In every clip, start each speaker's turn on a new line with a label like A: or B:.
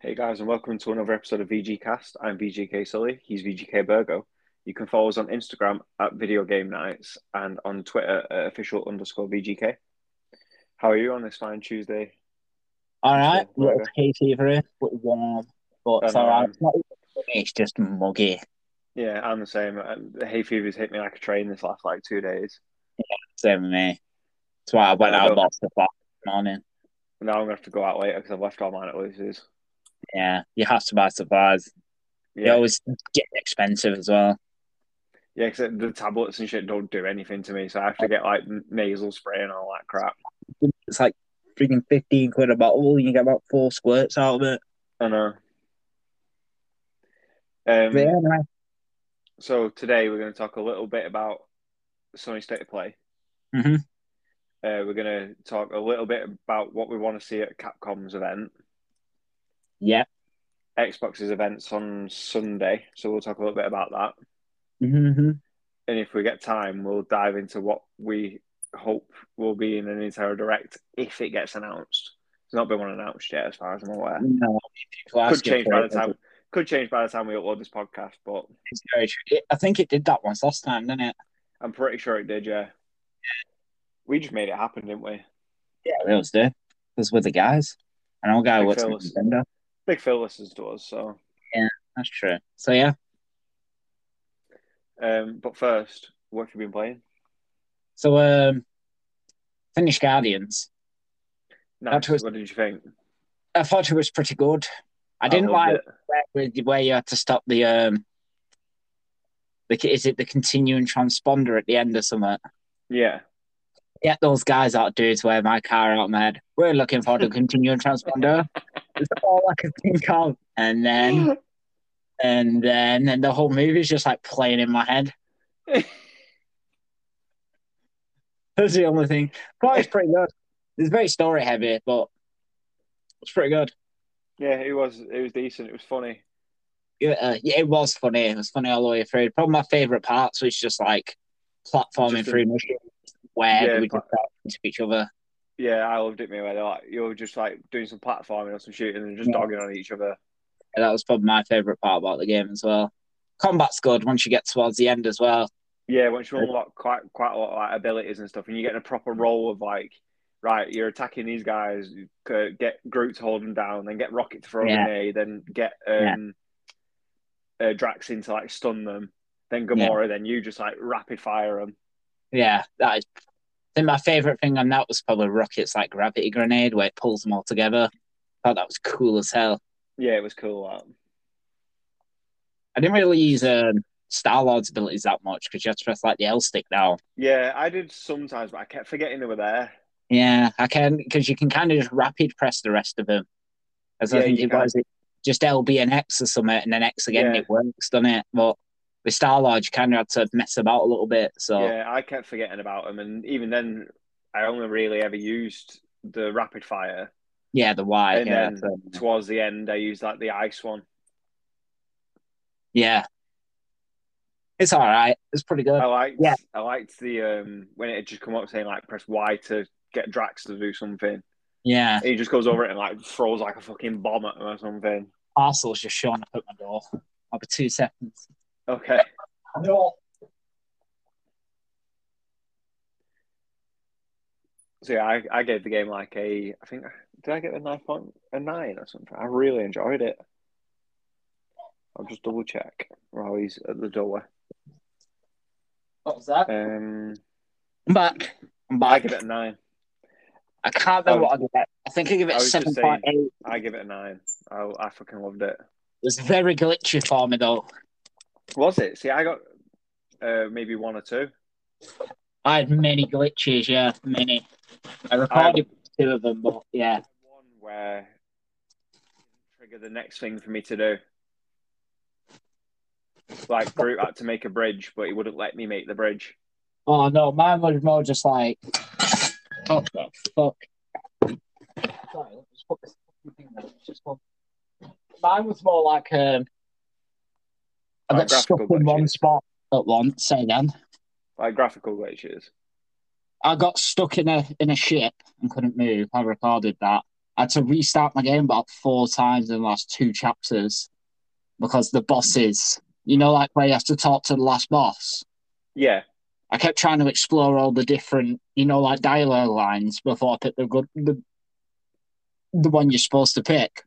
A: Hey guys, and welcome to another episode of VG Cast. I'm VGK Sully. He's VGK Burgo. You can follow us on Instagram at Video Game Nights and on Twitter at official underscore VGK. How are you on this fine Tuesday?
B: All right,
A: Sure,
B: a little
A: okay.
B: tasty for it, but warm. But it's
A: Um,
B: all right. It's, not, it's just muggy.
A: Yeah, I'm the same. Um, The hay fever's hit me like a train this last like two days.
B: Same with me. That's why I went
A: I
B: out
A: don't-
B: about the clock this morning.
A: Now I'm gonna have to go out later because I've left all mine at Lucy's.
B: Yeah, you have to buy supplies. They
A: Yeah,
B: always get expensive as well.
A: yeah. Except the tablets and shit don't do anything to me, so I have to get like n- nasal spray and all that crap.
B: It's like freaking fifteen quid a bottle. You get about four squirts out of it.
A: I know.
B: But
A: Um,
B: yeah, anyway,
A: So today we're going to talk a little bit about Sony State of Play.
B: Mhm.
A: Uh, we're going to talk a little bit about what we want to see at Capcom's event,
B: yeah.
A: Xbox's events on Sunday. So we'll talk a little bit about that,
B: hmm
A: and if we get time, we'll dive into what we hope will be in the Nintendo Direct if it gets announced. It's not been one announced yet, as far as I'm aware.
B: No,
A: Could
B: people ask you
A: change
B: for
A: by the
B: it.
A: time. Could change by the time we upload this podcast, but
B: It's very true. It- I think it did that once last time, didn't it?
A: I'm pretty sure it did. Yeah, we just made it happen, didn't we?
B: Yeah, it was did. It was with the guys. I know a guy
A: Big
B: works in
A: fellas.
B: Nintendo.
A: Big Phil listens to us, so
B: That's true. So yeah.
A: Um, but first, what have you been playing?
B: So um finished Guardians.
A: Nice.
B: was-
A: What did you think?
B: I thought it was pretty good. I didn't
A: loved
B: like
A: it.
B: where, where you- where you had to stop the um the is it the continuing transponder at the end or something.
A: Yeah,
B: Get those guys out dudes wear my car out my head. We're looking for the continuing transponder. It's all I could think of. And then and then and the whole movie's just like playing in my head. That's the only thing. But it's pretty good. It's very story heavy, but it's pretty good.
A: yeah, it was it was decent. It was funny.
B: Yeah, uh, yeah, it was funny. It was funny all the way through. Probably my favorite parts was just like platforming
A: Just the-
B: through missions where
A: Yeah,
B: we just got into each other.
A: Yeah, I loved it. Me, where they're like you were just like doing some platforming or some shooting and just
B: Yeah.
A: dogging on each other.
B: And that was probably my favorite part about the game as well. Combat's good once you get towards the end as well.
A: Yeah, once you unlock quite quite a lot of like, abilities and stuff, and you get a proper role of like, right, you're attacking these guys. you c- Get Groot to hold them down, then get Rocket to throw a
B: Yeah.
A: grenade, then get um, uh, Drax in to like stun them, then
B: Yeah.
A: Gamora, then you just like rapid fire them.
B: Yeah, that is. I think my favorite thing on that was probably Rocket's like gravity grenade where it pulls them all together. thought that was cool as hell.
A: Yeah, it was cool. That.
B: I didn't really use um, Star Lord's abilities that much because you had to press like the L stick down.
A: Yeah, I did sometimes, but I kept forgetting they were there.
B: Yeah, I can because you can kind of just rapid press the rest of them. As I
A: Yeah,
B: think
A: you
B: it was it just LB and X or something, and then X again.
A: Yeah.
B: It works, doesn't it? But with Star Lord, you kind of had to mess about a little bit. So yeah,
A: Yeah, I kept forgetting about them, and even then, I only really ever used the rapid fire.
B: the Y.
A: And
B: Yeah,
A: then
B: so-
A: Towards the end, I used like the ice one.
B: yeah, it's all right. It's pretty good.
A: I liked,
B: Yeah.
A: I liked the um when it had just come up saying like press Y to get Drax to do something.
B: Yeah,
A: And he just goes over it and like throws like a fucking bomb at him or something.
B: parcel's just showing up at my door. I'll be two seconds.
A: Okay,
B: No.
A: so yeah, I, I gave the game like a I think did I get the nine point a nine or something? I really enjoyed it. I'll just double check while he's at the door.
B: What was that?
A: Um,
B: I'm back. I'm
A: I
B: back.
A: give it a nine.
B: I can't remember
A: I was-
B: what I get. I think I give
A: I
B: it
A: was just
B: seven point eight. It
A: I give it a nine. I, I fucking loved it.
B: was very glitchy for me though.
A: Was it? See, I got uh, maybe one or two.
B: I had many glitches, yeah, many. I
A: Um,
B: recorded two of them, but yeah,
A: One where it didn't trigger the next thing for me to do. Like Groot had to make a bridge, but he wouldn't let me make the bridge.
B: Oh no, mine was more just like, oh the fuck. Sorry, let me just put this fucking thing down. It's just one- Mine was more like um, I
A: Oh,
B: got stuck
A: graphical
B: in one
A: glitches.
B: spot at once. Say again,
A: Like graphical glitches.
B: I got stuck in a in a ship and couldn't move. I recorded that, I had to restart my game about four times in the last two chapters because the bosses, you know, like where you have to talk to the last boss.
A: Yeah.
B: I kept trying to explore all the different, you know, like dialogue lines before I picked the good, the, the one you're supposed to pick.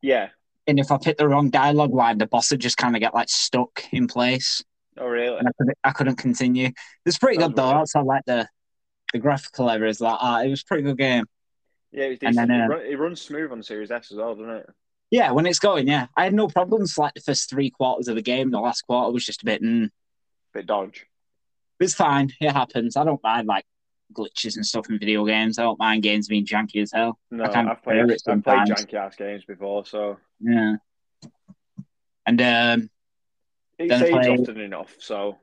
A: Yeah.
B: And if I picked the wrong dialogue line, the boss would just kind of get like stuck in place,
A: Oh, really?
B: and I couldn't, I couldn't continue. It's pretty
A: Sounds
B: good though.
A: right.
B: Also, like the the graphical areas, like ah, it was a pretty good game.
A: Yeah, it was
B: And
A: decent.
B: then,
A: it,
B: uh,
A: run, it runs smooth on Series S as well, doesn't it?
B: Yeah, when it's going, yeah, I had no problems. Like the first three quarters of the game, the last quarter was just a bit. Mm,
A: Bit dodge.
B: it's fine. It happens. I don't mind like glitches and stuff in video games. I don't mind games being janky as hell.
A: No,
B: I can't
A: I've played
B: bear it
A: I've played
B: sometimes.
A: janky ass games before, so
B: Yeah. And um,
A: it
B: Then
A: saves
B: play-
A: often enough. So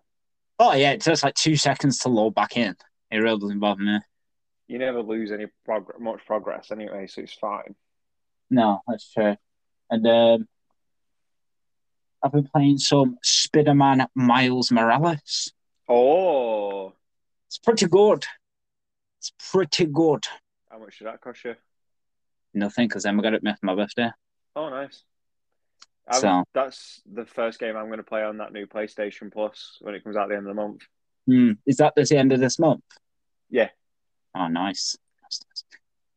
B: oh yeah, it takes like two seconds to load back in. It really doesn't bother me.
A: you never lose any prog- much progress anyway, so it's fine.
B: No, that's true. And um, I've been playing some Spider-Man Miles Morales.
A: Oh,
B: It's pretty good. It's pretty good.
A: how much did that cost you?
B: Nothing, because then we got it for my birthday.
A: Oh, nice. I'm-
B: So-
A: that's the first game I'm going to play on that new PlayStation Plus when it comes out at the end of the month.
B: Hmm. Is that at the end of this month?
A: Yeah.
B: Oh, nice. That's nice.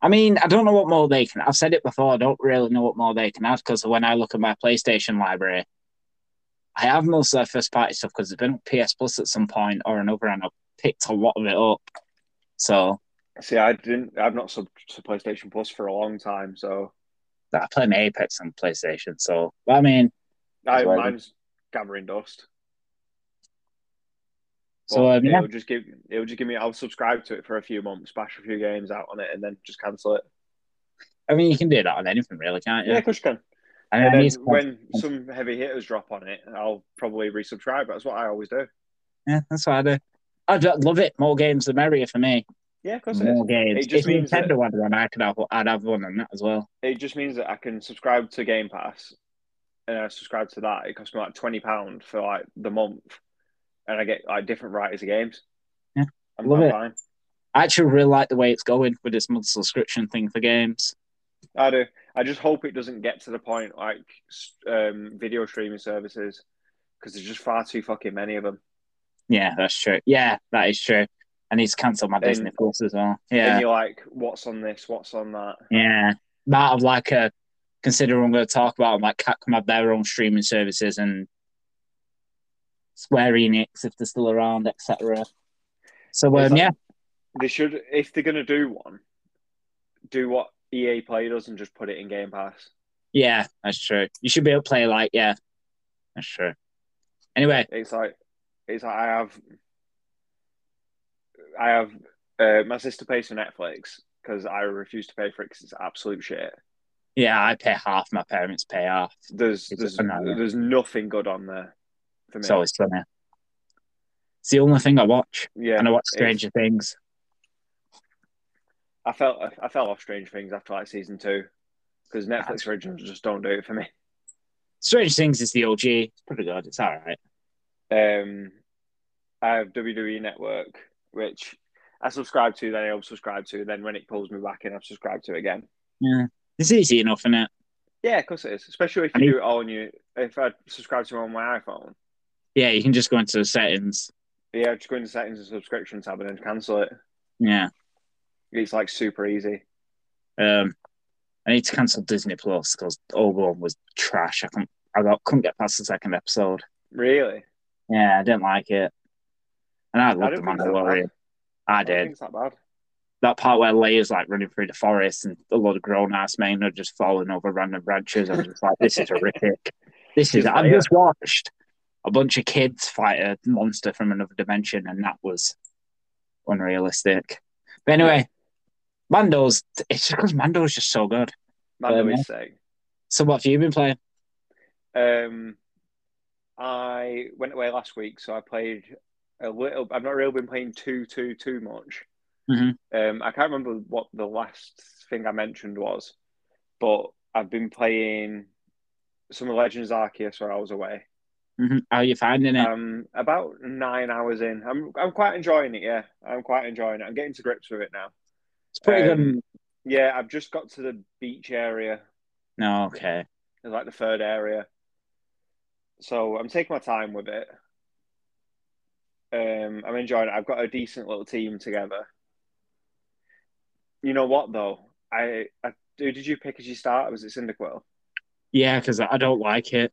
B: I mean, I don't know what more they can. I've said it before. I don't really know what more they can add because when I look at my PlayStation library, I have most of their first party stuff because they've been on PS Plus at some point or another, and I've picked a lot of it up. So
A: See, I didn't. I've not subbed to PlayStation Plus for a long time, so
B: I play my Apex on PlayStation. So but I mean,
A: I,
B: That's right.
A: mine's gathering dust.
B: so
A: But
B: um, yeah,
A: it'll just give it'll just give me. I'll subscribe to it for a few months, bash a few games out on it, and then just cancel it.
B: I mean, you can do that on anything really, can't you?
A: Yeah, of course you can.
B: I
A: And
B: mean, I
A: then
B: need to-
A: when some heavy hitters drop on it, I'll probably resubscribe. That's what I always do.
B: yeah, that's what I do. I just love it. More games, the merrier for me.
A: Yeah, of course it is.
B: more games.
A: It just
B: if
A: means that-
B: Nintendo had one, I could have. I'd have one on that as well.
A: It just means that I can subscribe to Game Pass, and I subscribe to that. It costs me like twenty pound for like the month, and I get like different writers of games.
B: Yeah,
A: I'm,
B: love
A: I'm
B: it.
A: fine.
B: I actually really like the way it's going with this month's subscription thing for games.
A: I do. I just hope it doesn't get to the point like s- um, video streaming services because there's just far too fucking many of them.
B: Yeah, that's true. Yeah, that is true. I need to cancel my Disney Plus as well.
A: And
B: Yeah,
A: you're like, what's on this? What's on that?
B: yeah. That of like a consider what I'm going to talk about like Capcom have their own streaming services and Square Enix if they're still around, etc. So
A: Is
B: um,
A: that-
B: yeah,
A: They should, if they're gonna do one, do what EA Play does and just put it in Game Pass.
B: yeah, that's true. You should be able to play like yeah, that's true. Anyway,
A: It's like, it's like I have, I have. Uh, my sister pays for Netflix because I refuse to pay for it because it's absolute shit.
B: yeah, I pay half. My parents pay half.
A: There's
B: It's
A: there's
B: another.
A: there's nothing good on there for me.
B: It's always funny. It's the only thing I watch,
A: yeah,
B: and I watch
A: it's-
B: Stranger Things.
A: I felt I fell off Strange Things after like season two because Netflix originals just don't do it for me.
B: Stranger Things is the OG. It's pretty good. It's all right.
A: Um, I have WWE Network, which I subscribe to, then I unsubscribe to, then when it pulls me back in, I subscribe to it again.
B: Yeah, it's easy enough, isn't it?
A: Yeah, of course it is. Especially if you
B: I mean-
A: do it on your if I subscribe to it on my iPhone.
B: Yeah, you can just go into the settings.
A: Yeah, just go into settings and subscription tab and then cancel it.
B: Yeah.
A: It's like super easy.
B: Um, I need to cancel Disney Plus because old one was trash. I couldn't. I got, couldn't get past the second episode.
A: Really?
B: Yeah, I didn't like it. And I
A: I
B: loved the
A: don't think it's that
B: Mandalorian.
A: bad.
B: I
A: I don't think
B: did.
A: it's that bad.
B: That part where Leia's like running through the forest and a lot of grown ass men are just falling over random branches. I'm just like, this is horrific. This is.
A: Just
B: I've
A: Leia.
B: just watched a bunch of kids fight a monster from another dimension, and that was unrealistic. But anyway, Mando's. It's because Mando's just so good.
A: Mando
B: Um,
A: is sick.
B: So what have you been playing?
A: Um, I went away last week, so I played a little. I've not really been playing too, too, too much.
B: Mhm.
A: Um, I can't remember what the last thing I mentioned was, but I've been playing some of Legends Arceus while I was away.
B: hmm How are you finding it?
A: Um, about nine hours in, I'm I'm quite enjoying it. Yeah, I'm quite enjoying it. I'm getting to grips with it now.
B: it's pretty
A: um,
B: good.
A: Yeah, I've just got to the beach area,
B: No, okay.
A: like the third area. So I'm taking my time with it. Um, I'm enjoying it. I've got a decent little team together. You know what though? I, I who did you pick as your starter? Was it Cyndaquil?
B: Yeah, because I don't like it.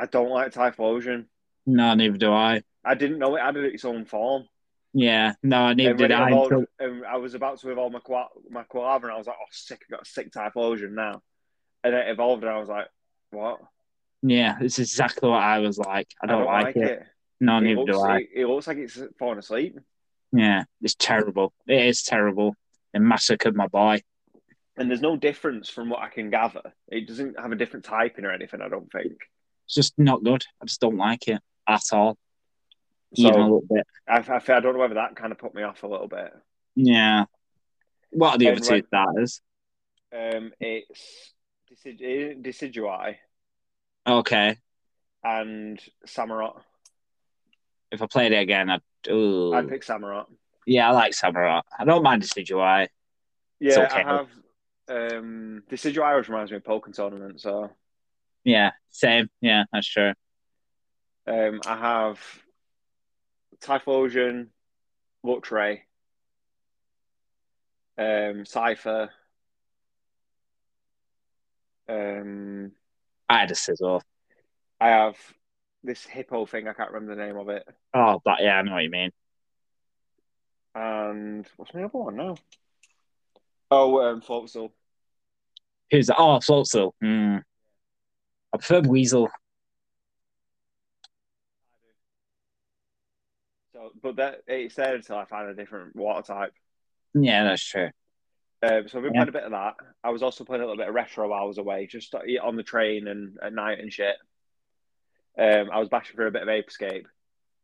A: I don't like Typhlosion.
B: No, neither do I.
A: I didn't know it had its own form.
B: Yeah, no, neither
A: And when
B: did
A: it
B: I.
A: evolved-
B: until-
A: and I was about to evolve my Qua- my Quilava, and I was like, "Oh, sick! I got a sick Typhlosion now." And it evolved, and I was like, "What?
B: Yeah, it's exactly what I was like. I don't, like, it. No,
A: It
B: neither
A: looks,
B: do I.
A: it, it looks like it's falling asleep.
B: Yeah, it's terrible. It is terrible. It massacred my boy.
A: And there's no difference from what I can gather. It doesn't have a different typing or anything, I don't think.
B: It's just not good. I just don't like it at all. Even a
A: So
B: little bit.
A: I, I, I don't know whether that kind of put me off a little bit.
B: Yeah. What are the
A: Um,
B: other two
A: right-
B: starters?
A: Um, it's Decid- eh, Decidueye
B: Okay.
A: and Samurott.
B: If I played it again, I'd. Ooh.
A: I'd pick Samurott.
B: Yeah, I like Samarat. I don't mind Decidueye. It's
A: Yeah,
B: okay.
A: I have. Um, Decidueye always reminds me of Pokemon tournament, so
B: Yeah, same. Yeah, that's true.
A: um, I have Typhlosion, Luxray, um, Cipher. Um,
B: I had a Scizor.
A: I have this hippo thing. I can't remember the name of it.
B: Oh, but yeah, I know what you mean.
A: And what's my other one now? Oh, um, Floatzel.
B: Who's oh Floatzel? Hmm. I prefer Weasel.
A: So, but that it's there until I find a different water type.
B: Yeah, that's true.
A: Um, so I've been
B: Yeah.
A: playing a bit of that. I was also playing a little bit of retro while I was away, just uh, on the train and at night and shit. Um, I was bashing for a bit of Ape Escape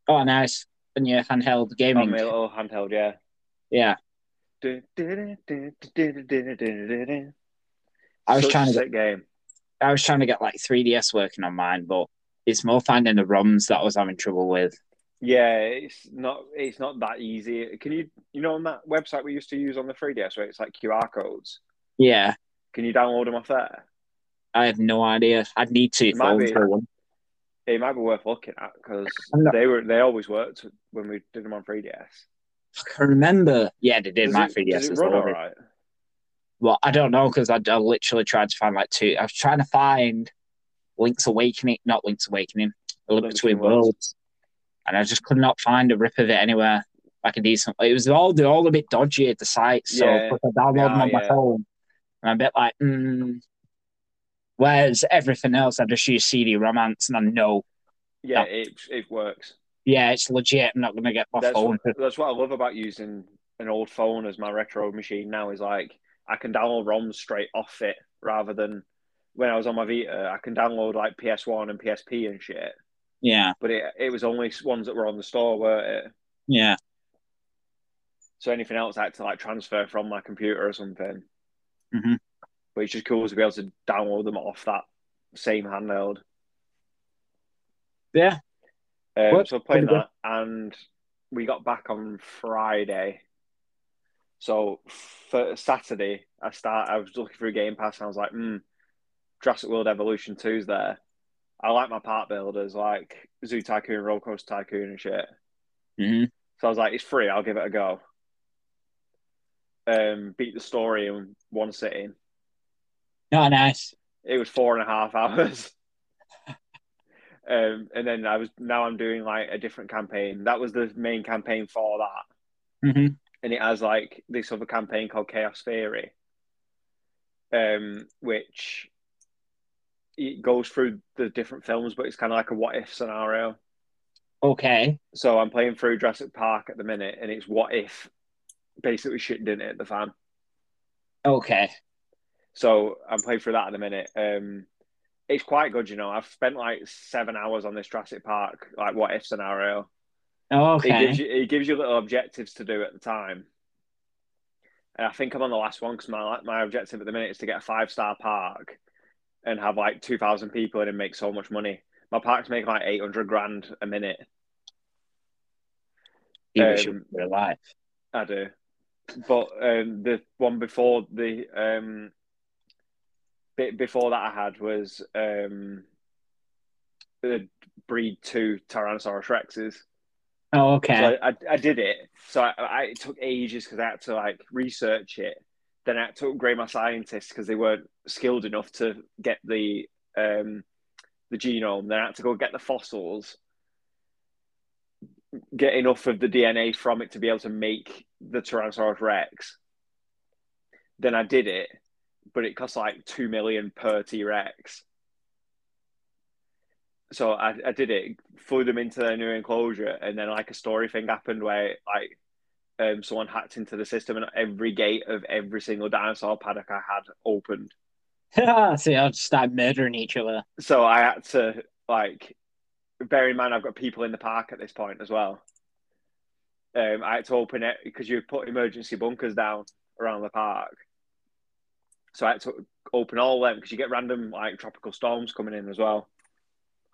B: Oh, nice. And your handheld
A: on
B: gaming.
A: my little handheld. Yeah.
B: Yeah, I was
A: Such
B: trying
A: a
B: to
A: sick game.
B: I was trying to get like 3DS working on mine, but it's more finding the ROMs that I was having trouble with.
A: Yeah, it's not it's not that easy. Can you you know on that website we used to use on the 3DS where it's like QR codes?
B: Yeah,
A: Can you download them off there?
B: I have no idea. I'd need to
A: It might
B: phone
A: be-
B: for one.
A: It might be worth looking at because
B: I'm not-
A: they were they always worked when we did them on 3DS.
B: I can remember. Yeah, they did
A: Does
B: my
A: it-
B: 3DS
A: does it
B: as
A: run
B: well.
A: all right?
B: Well, I don't know because I, I literally tried to find like two. I was trying to find Link's Awakening, not Link's Awakening, A Link
A: Link
B: Between
A: Between Worlds.
B: Worlds. and I just could not find a rip of it anywhere. Like a decent, it was all they're all a bit dodgy at the site. So
A: Yeah,
B: I downloaded
A: they
B: them
A: are,
B: on my
A: yeah.
B: phone, and I'm a bit like, mm. whereas everything else, I just use CD Romance, and I know,
A: Yeah, it it works.
B: yeah, it's legit. I'm not gonna get my
A: That's
B: phone.
A: what, that's what I love about using an old phone as my retro machine now is like I can download ROMs straight off it rather than when I was on my Vita, I can download like PS1 and PSP and shit.
B: yeah,
A: but it, it was only ones that were on the store, weren't it?
B: yeah,
A: So anything else I had to like transfer from my computer or something.
B: Mhm.
A: But it's just cool to be able to download them off that same handheld.
B: yeah.
A: Um,
B: What?
A: so playing
B: Pretty good.
A: that, and we got back on Friday. So for Saturday, I start. I was looking through Game Pass, and I was like, "Hmm, Jurassic World Evolution 2's there." I like my part builders, like Zoo Tycoon, Roller Coaster Tycoon, and shit.
B: hmm
A: So I was like, it's free, I'll give it a go. Um, beat the story in one sitting.
B: Not Oh, nice.
A: It was four and a half hours. um, and then I was now I'm doing like a different campaign. That was the main campaign for that.
B: hmm
A: And it has like this other campaign called Chaos Theory. Um, which it goes through the different films, but it's kind of like a what if scenario.
B: Okay.
A: So I'm playing through Jurassic Park at the minute, and it's what if basically shit didn't hit the fan.
B: Okay.
A: So I'm playing through that in a minute. Um, it's quite good, you know. I've spent like seven hours on this Jurassic Park, like what if scenario. It
B: Okay.
A: gives you it gives you little objectives to do at the time. And I think I'm on the last one because my my objective at the minute is to get a five star park and have like two thousand people in and make so much money. My park's making like eight hundred grand a minute.
B: You
A: um,
B: should be alive.
A: I do. but um, the one before the um, bit before that I had was um, the breed two Tyrannosaurus Rexes.
B: Oh, okay.
A: So I, I, I did it. So I, I, it took ages because I had to like research it. Then I had to upgrade my scientists because they weren't skilled enough to get the um, the genome. Then I had to go get the fossils, get enough of the DNA from it to be able to make the Tyrannosaurus Rex. Then I did it, but it cost like two million per T Rex. So I, I did it, flew them into their new enclosure, and then like a story thing happened where like um, someone hacked into the system and every gate of every single dinosaur paddock I had opened.
B: so I'll just start murdering each other.
A: So I had to like bear in mind I've got people in the park at this point as well. Um, I had to open it because you put emergency bunkers down around the park. So I had to open all them because you get random like tropical storms coming in as well,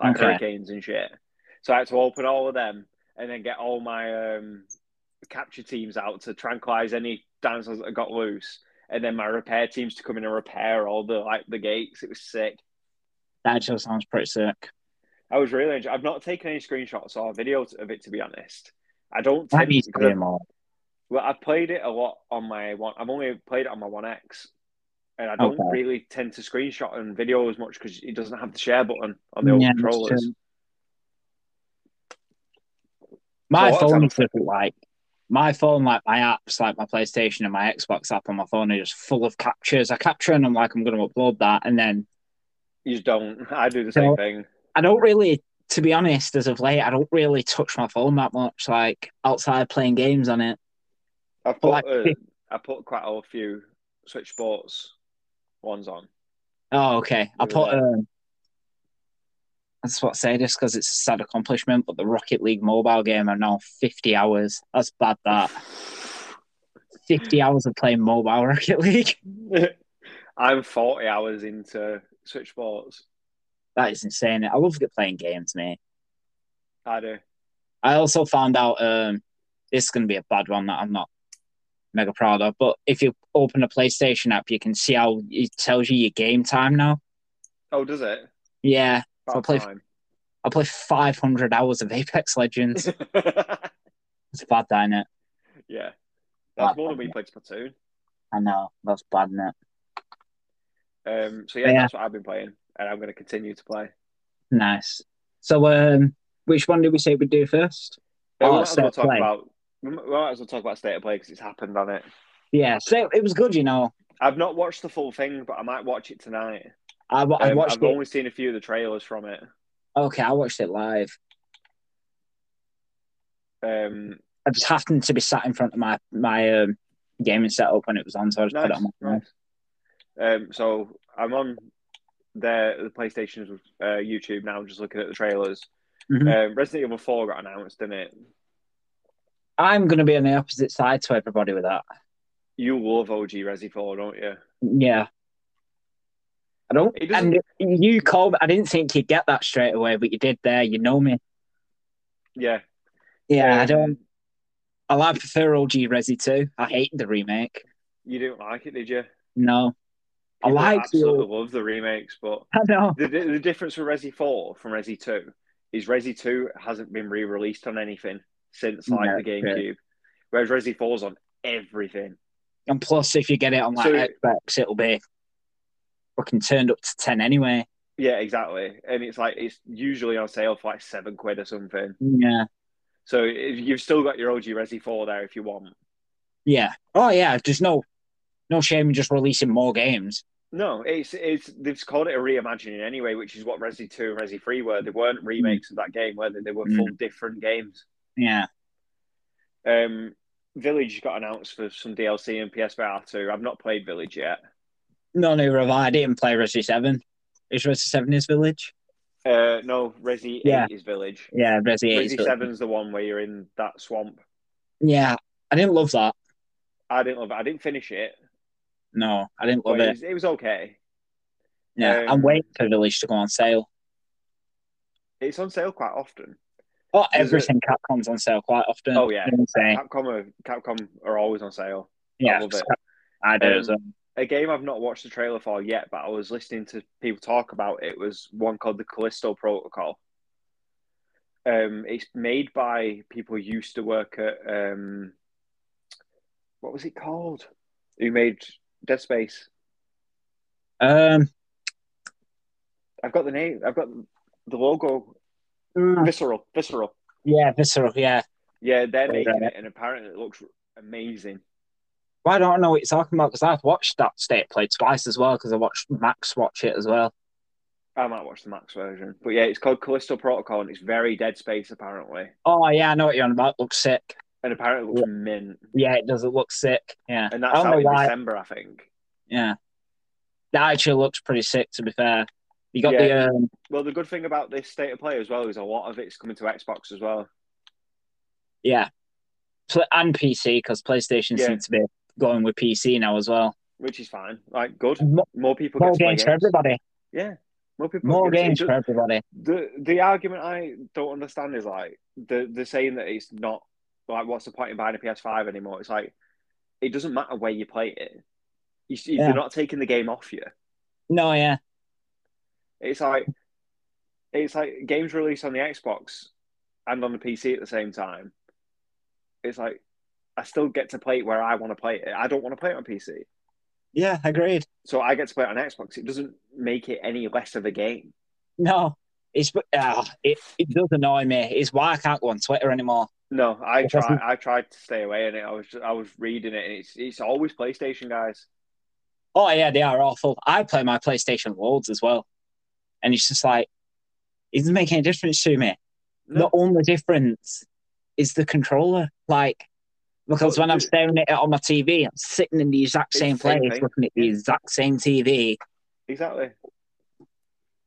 A: like
B: Okay.
A: hurricanes and shit. So I had to open all of them and then get all my um, capture teams out to tranquilize any dancers that got loose, and then my repair teams to come in and repair all the like the gates. It was sick.
B: That actually sounds pretty sick.
A: I was really. enjoy- I've not taken any screenshots or videos of it to be honest. I don't.
B: I
A: Tend,
B: need to
A: because I-
B: play more.
A: Well, I've played it a lot on my one. I've only played it on my One X, and I don't
B: Okay.
A: really tend to screenshot and video as much because it doesn't have the share button on the old
B: Yeah, that's
A: controllers.
B: true. My
A: So what's
B: phone
A: up?
B: is just like my phone, like my apps, like my PlayStation and my Xbox app on my phone are just full of captures. I capture and I'm like, I'm going to upload that, and then
A: You just don't. I do the
B: So-
A: same thing.
B: I don't really, to be honest, as of late, I don't really touch my phone that much. Like outside playing games on it.
A: I put
B: like-
A: uh, I put quite a few Switch Sports ones on.
B: Oh, okay. I
A: Yeah.
B: put. Um, that's what I say this because it's a sad accomplishment, but the Rocket League mobile game are now 50 hours. That's bad, that. 50 hours of playing mobile Rocket League.
A: I'm forty hours into Switch Sports.
B: That is insane. I love playing games, mate.
A: I do.
B: I also found out um, this is going to be a bad one that I'm not mega proud of. But if you open a PlayStation app, you can see how it tells you your game time now.
A: Oh, does it?
B: Yeah,
A: About
B: I play-
A: time.
B: I play 500 hours of Apex Legends. it's bad, that, innit?
A: yeah,
B: Bad,
A: that's more than
B: bad,
A: we
B: innit?
A: played Splatoon.
B: I know that's bad, innit?
A: Um, so yeah,
B: Yeah.
A: that's what I've been playing, and I'm going to continue to play.
B: Nice. So, um, which one did we say we'd do first?
A: Yeah,
B: Oh,
A: we might as
B: state
A: well
B: of
A: talk
B: play.
A: about we might we might as well talk about state of play because it's happened on it.
B: Yeah, so it was good, you know.
A: I've not watched the full thing, but I might watch it tonight.
B: I, wa- I
A: Um,
B: watched
A: I've
B: it.
A: only seen a few of the trailers from it.
B: Okay, I watched it live.
A: Um,
B: I just happened to be sat in front of my my um, gaming setup when it was on, so I just put it
A: nice,
B: on my phone.
A: nice. Um, so I'm on their the PlayStation's uh, YouTube now. I'm just looking at the trailers.
B: Mhm.
A: Um, Resident Evil Four got announced, didn't it?
B: I'm going to be on the opposite side to everybody with that.
A: You love OG Resi Four, don't you?
B: Yeah. I don't.
A: It
B: And
A: doesn't-
B: you called. I didn't think you'd get that straight away, but you did there. You know me.
A: Yeah.
B: Yeah, I
A: Um,
B: don't. I like prefer OG Resi 2. I hate the remake.
A: You didn't like it, did you?
B: No, I
A: People
B: like the
A: absolutely love the remakes, but
B: I know.
A: the, the difference with Resi 4 from Resi 2 is Resi 2 hasn't been re released on anything since like
B: No,
A: the
B: true.
A: GameCube, whereas Resi 4's on everything.
B: And plus, if you get it on like
A: So-
B: Xbox, it'll be fucking turned up to ten anyway.
A: Yeah, exactly. And it's like it's usually on sale for like seven quid or something.
B: Yeah,
A: So if- you've still got your OG Resi 4 there if you want.
B: yeah. Oh yeah, there's no no shame in just releasing more games.
A: No, it's it's they've called it a reimagining anyway, which is what Resi 2 and Resi 3 were. They weren't remakes of that game, were they? They were
B: Mm.
A: full different games.
B: Yeah,
A: Um, Village got announsed for some DLC and PSVR 2. I've not played Village yet.
B: no, no. Revi- I didn't play Resi Seven. Is Resi Seven his village?
A: Uh, no, Resi
B: Yeah.
A: 8 is Village.
B: Yeah, Resi Eight. is
A: Resi
B: village.
A: 7's the one where you're in that swamp.
B: Yeah, I didn't love that.
A: I didn't love it. I didn't finish it,
B: No, I didn't
A: but
B: love
A: it
B: it.
A: was, it was okay.
B: Yeah,
A: um,
B: I'm waiting for Village to go on sale.
A: It's on sale quite often.
B: Oh,
A: there's a-
B: everything Capcom's on sale quite often.
A: Oh, yeah.
B: They're insane.
A: Capcom are, Capcom are always on sale.
B: Yeah,
A: I love it.
B: I do.
A: Um,
B: so.
A: A game I've not watched the trailer for yet, but I was listening to people talk about it was one called the Callisto Protocol. Um, it's made by people who used to work at um, what was it called? Who made Dead Space?
B: Um,
A: I've got the name. I've got the logo.
B: mm,
A: Visceral, visceral.
B: yeah, visceral. Yeah.
A: Yeah, they're
B: Right,
A: making
B: right.
A: it, and apparently it looks amazing.
B: Well, I don't know what you're talking about because I've watched that state played twice as well because I watched Max watch it as well.
A: I might watch the Max version, but yeah, it's called Callisto Protocol, and it's very Dead Space apparently,
B: Oh yeah, I know what you're on about. Looks sick.
A: and apparently it looks mint.
B: Yeah, it does. It looks sick. Yeah.
A: And that's
B: I don't know
A: out in
B: why.
A: December, I think.
B: Yeah. That actually looks pretty sick. To be fair, you got
A: Yeah.
B: the um,
A: Well, the good thing about this state of play as well is a lot of it's coming to Xbox as well.
B: yeah, Pl- and PC because PlayStation
A: Yeah.
B: seems to be going with PC now as well.
A: which is fine. Like, good.
B: Mo-
A: More people
B: More
A: get to play
B: games for everybody.
A: Yeah, more people.
B: More
A: get to-
B: games for everybody.
A: The the argument I don't understand is like the the saying that it's not like what's the point in buying a PS5 anymore? It's like it doesn't matter where you play it. You, see,
B: Yeah.
A: They're not taking the game off you.
B: No, yeah,
A: It's like it's like games released on the Xbox and on the PC at the same time. It's like I still get to play it where I want to play it. I don't want to play it on PC.
B: yeah, agreed.
A: so I get to play it on Xbox. It doesn't make it any less of a game.
B: No, it's uh, it, it does annoy me. It's why I can't go on Twitter anymore.
A: No, I
B: It
A: tried.
B: doesn't-
A: I tried to stay away, and I was I was reading it, and it's it's always PlayStation guys.
B: Oh yeah, they are awful. I play my PlayStation loads as well, and it's just like it doesn't make any difference to me.
A: No,
B: The only difference is the controller, like because
A: Well,
B: when I'm
A: the-
B: staring at it on my TV, I'm sitting in the exact
A: It's
B: same
A: the same
B: place,
A: thing.
B: looking at the
A: Yeah.
B: exact same TV.
A: exactly,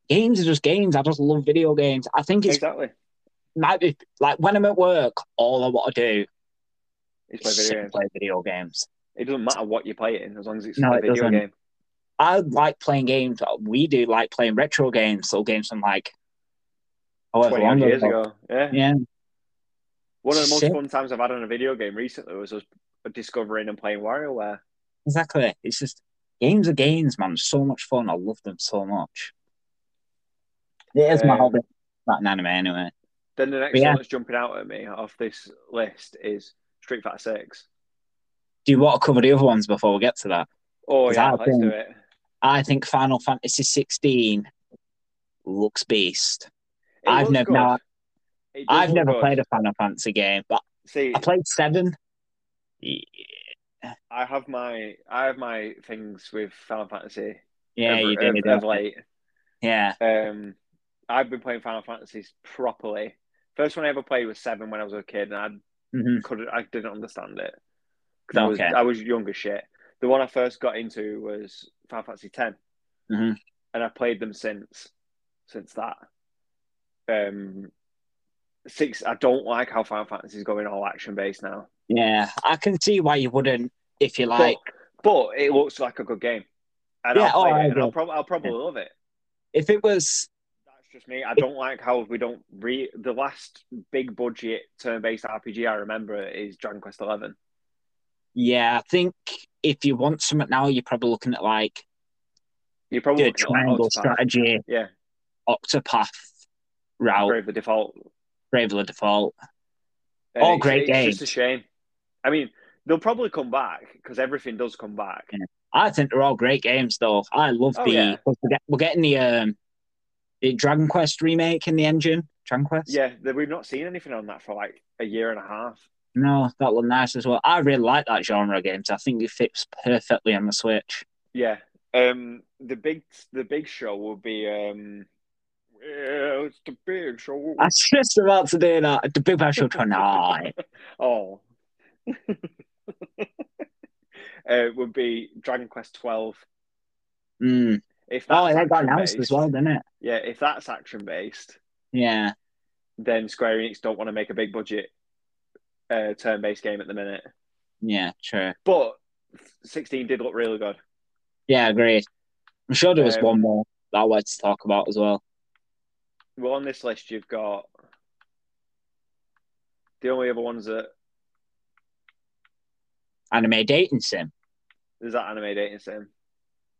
B: Games are just games. I just love video games. I think it's
A: exactly.
B: might be like when I'm at work, all I want to do
A: It's play
B: is sit
A: video
B: and
A: games.
B: play video games.
A: It doesn't matter what you play it in, as long as it's
B: No,
A: a
B: it
A: video
B: doesn't.
A: game.
B: I like playing games. We do like playing retro games, so games from like however
A: Twenty odd
B: long
A: years
B: ago.
A: ago, yeah.
B: Yeah,
A: One of the most
B: Shit.
A: fun times I've had on a video game recently was us discovering and playing WarioWare.
B: exactly. It's just games are games, man. So much fun. I love them so much. It is my
A: Um,
B: hobby. Not an anime anyway.
A: Then the next
B: Yeah.
A: one that's jumping out at me off this list is Street Fighter Six.
B: Do you want to cover the other ones before we get to that?
A: Oh
B: Is
A: yeah,
B: that a
A: let's do
B: thing?
A: it.
B: I think Final Fantasy 16 looks beast.
A: It
B: I've
A: looks
B: never-
A: good.
B: no,
A: It does
B: I've
A: look
B: never
A: good.
B: played a Final Fantasy game, but
A: See,
B: I played seven. Yeah,
A: I have my I have my things with Final Fantasy. of,
B: you
A: of-
B: did.
A: of late.
B: Yeah,
A: Um, I've been playing Final Fantasies properly. First one I ever played was seven when I was a kid, and
B: hmm
A: I couldn't, I didn't understand it because I was
B: Okay.
A: I was young as shit. The one I first got into was Final Fantasy 10
B: Mhm.
A: and I've played them since since that. Um, six. I don't like how Final Fantasy is going all action based now,
B: yeah. I can see why you wouldn't if you
A: But-
B: like.
A: but it looks like a good game, and
B: Yeah,
A: I'll play
B: oh, I
A: it, and I'll
B: agree.
A: probably I'll probably love it.
B: if it was,
A: That's just me. I don't like how we don't re the last big budget turn based RPG I remember is Dragon Quest Eleven.
B: yeah, I think if you want something now, you're probably looking at like
A: You probably
B: the
A: looking at, like,
B: triangle
A: Octopath,
B: strategy,
A: Yeah.
B: octopath route,
A: Brave the default.
B: bravely default.
A: And
B: All
A: it's-
B: Oh, great
A: it's
B: games.
A: just a shame. I mean, they'll probably come back because everything does come back.
B: Yeah. I think they're all great games, though. I love
A: Oh,
B: the
A: yeah.
B: we're, get- we're getting the um the Dragon Quest remake in the engine. Dragon Quest,
A: Yeah, th- we've not seen anything on that for like a year and a half.
B: no, that looked nice as well. I really like that genre of games. I think it fits perfectly on the Switch.
A: Yeah. Um, the big the big show will be um, well, it's the big show.
B: I was just about to do that. The Big Bang Show tonight.
A: Oh. uh, would be Dragon Quest Twelve.
B: Mm.
A: If that's
B: Oh, and that got announced
A: action-based-
B: as well, didn't it?
A: Yeah, if that's action based,
B: Yeah.
A: then Square Enix don't want to make a big budget uh, turn based game at the minute.
B: Yeah, true.
A: But sixteen did look really good.
B: Yeah, agreed. I'm sure there was
A: Um,
B: one more that I wanted to talk about as well.
A: Well, on this list, you've got the only other ones that
B: anime dating sim.
A: There's that anime dating sim.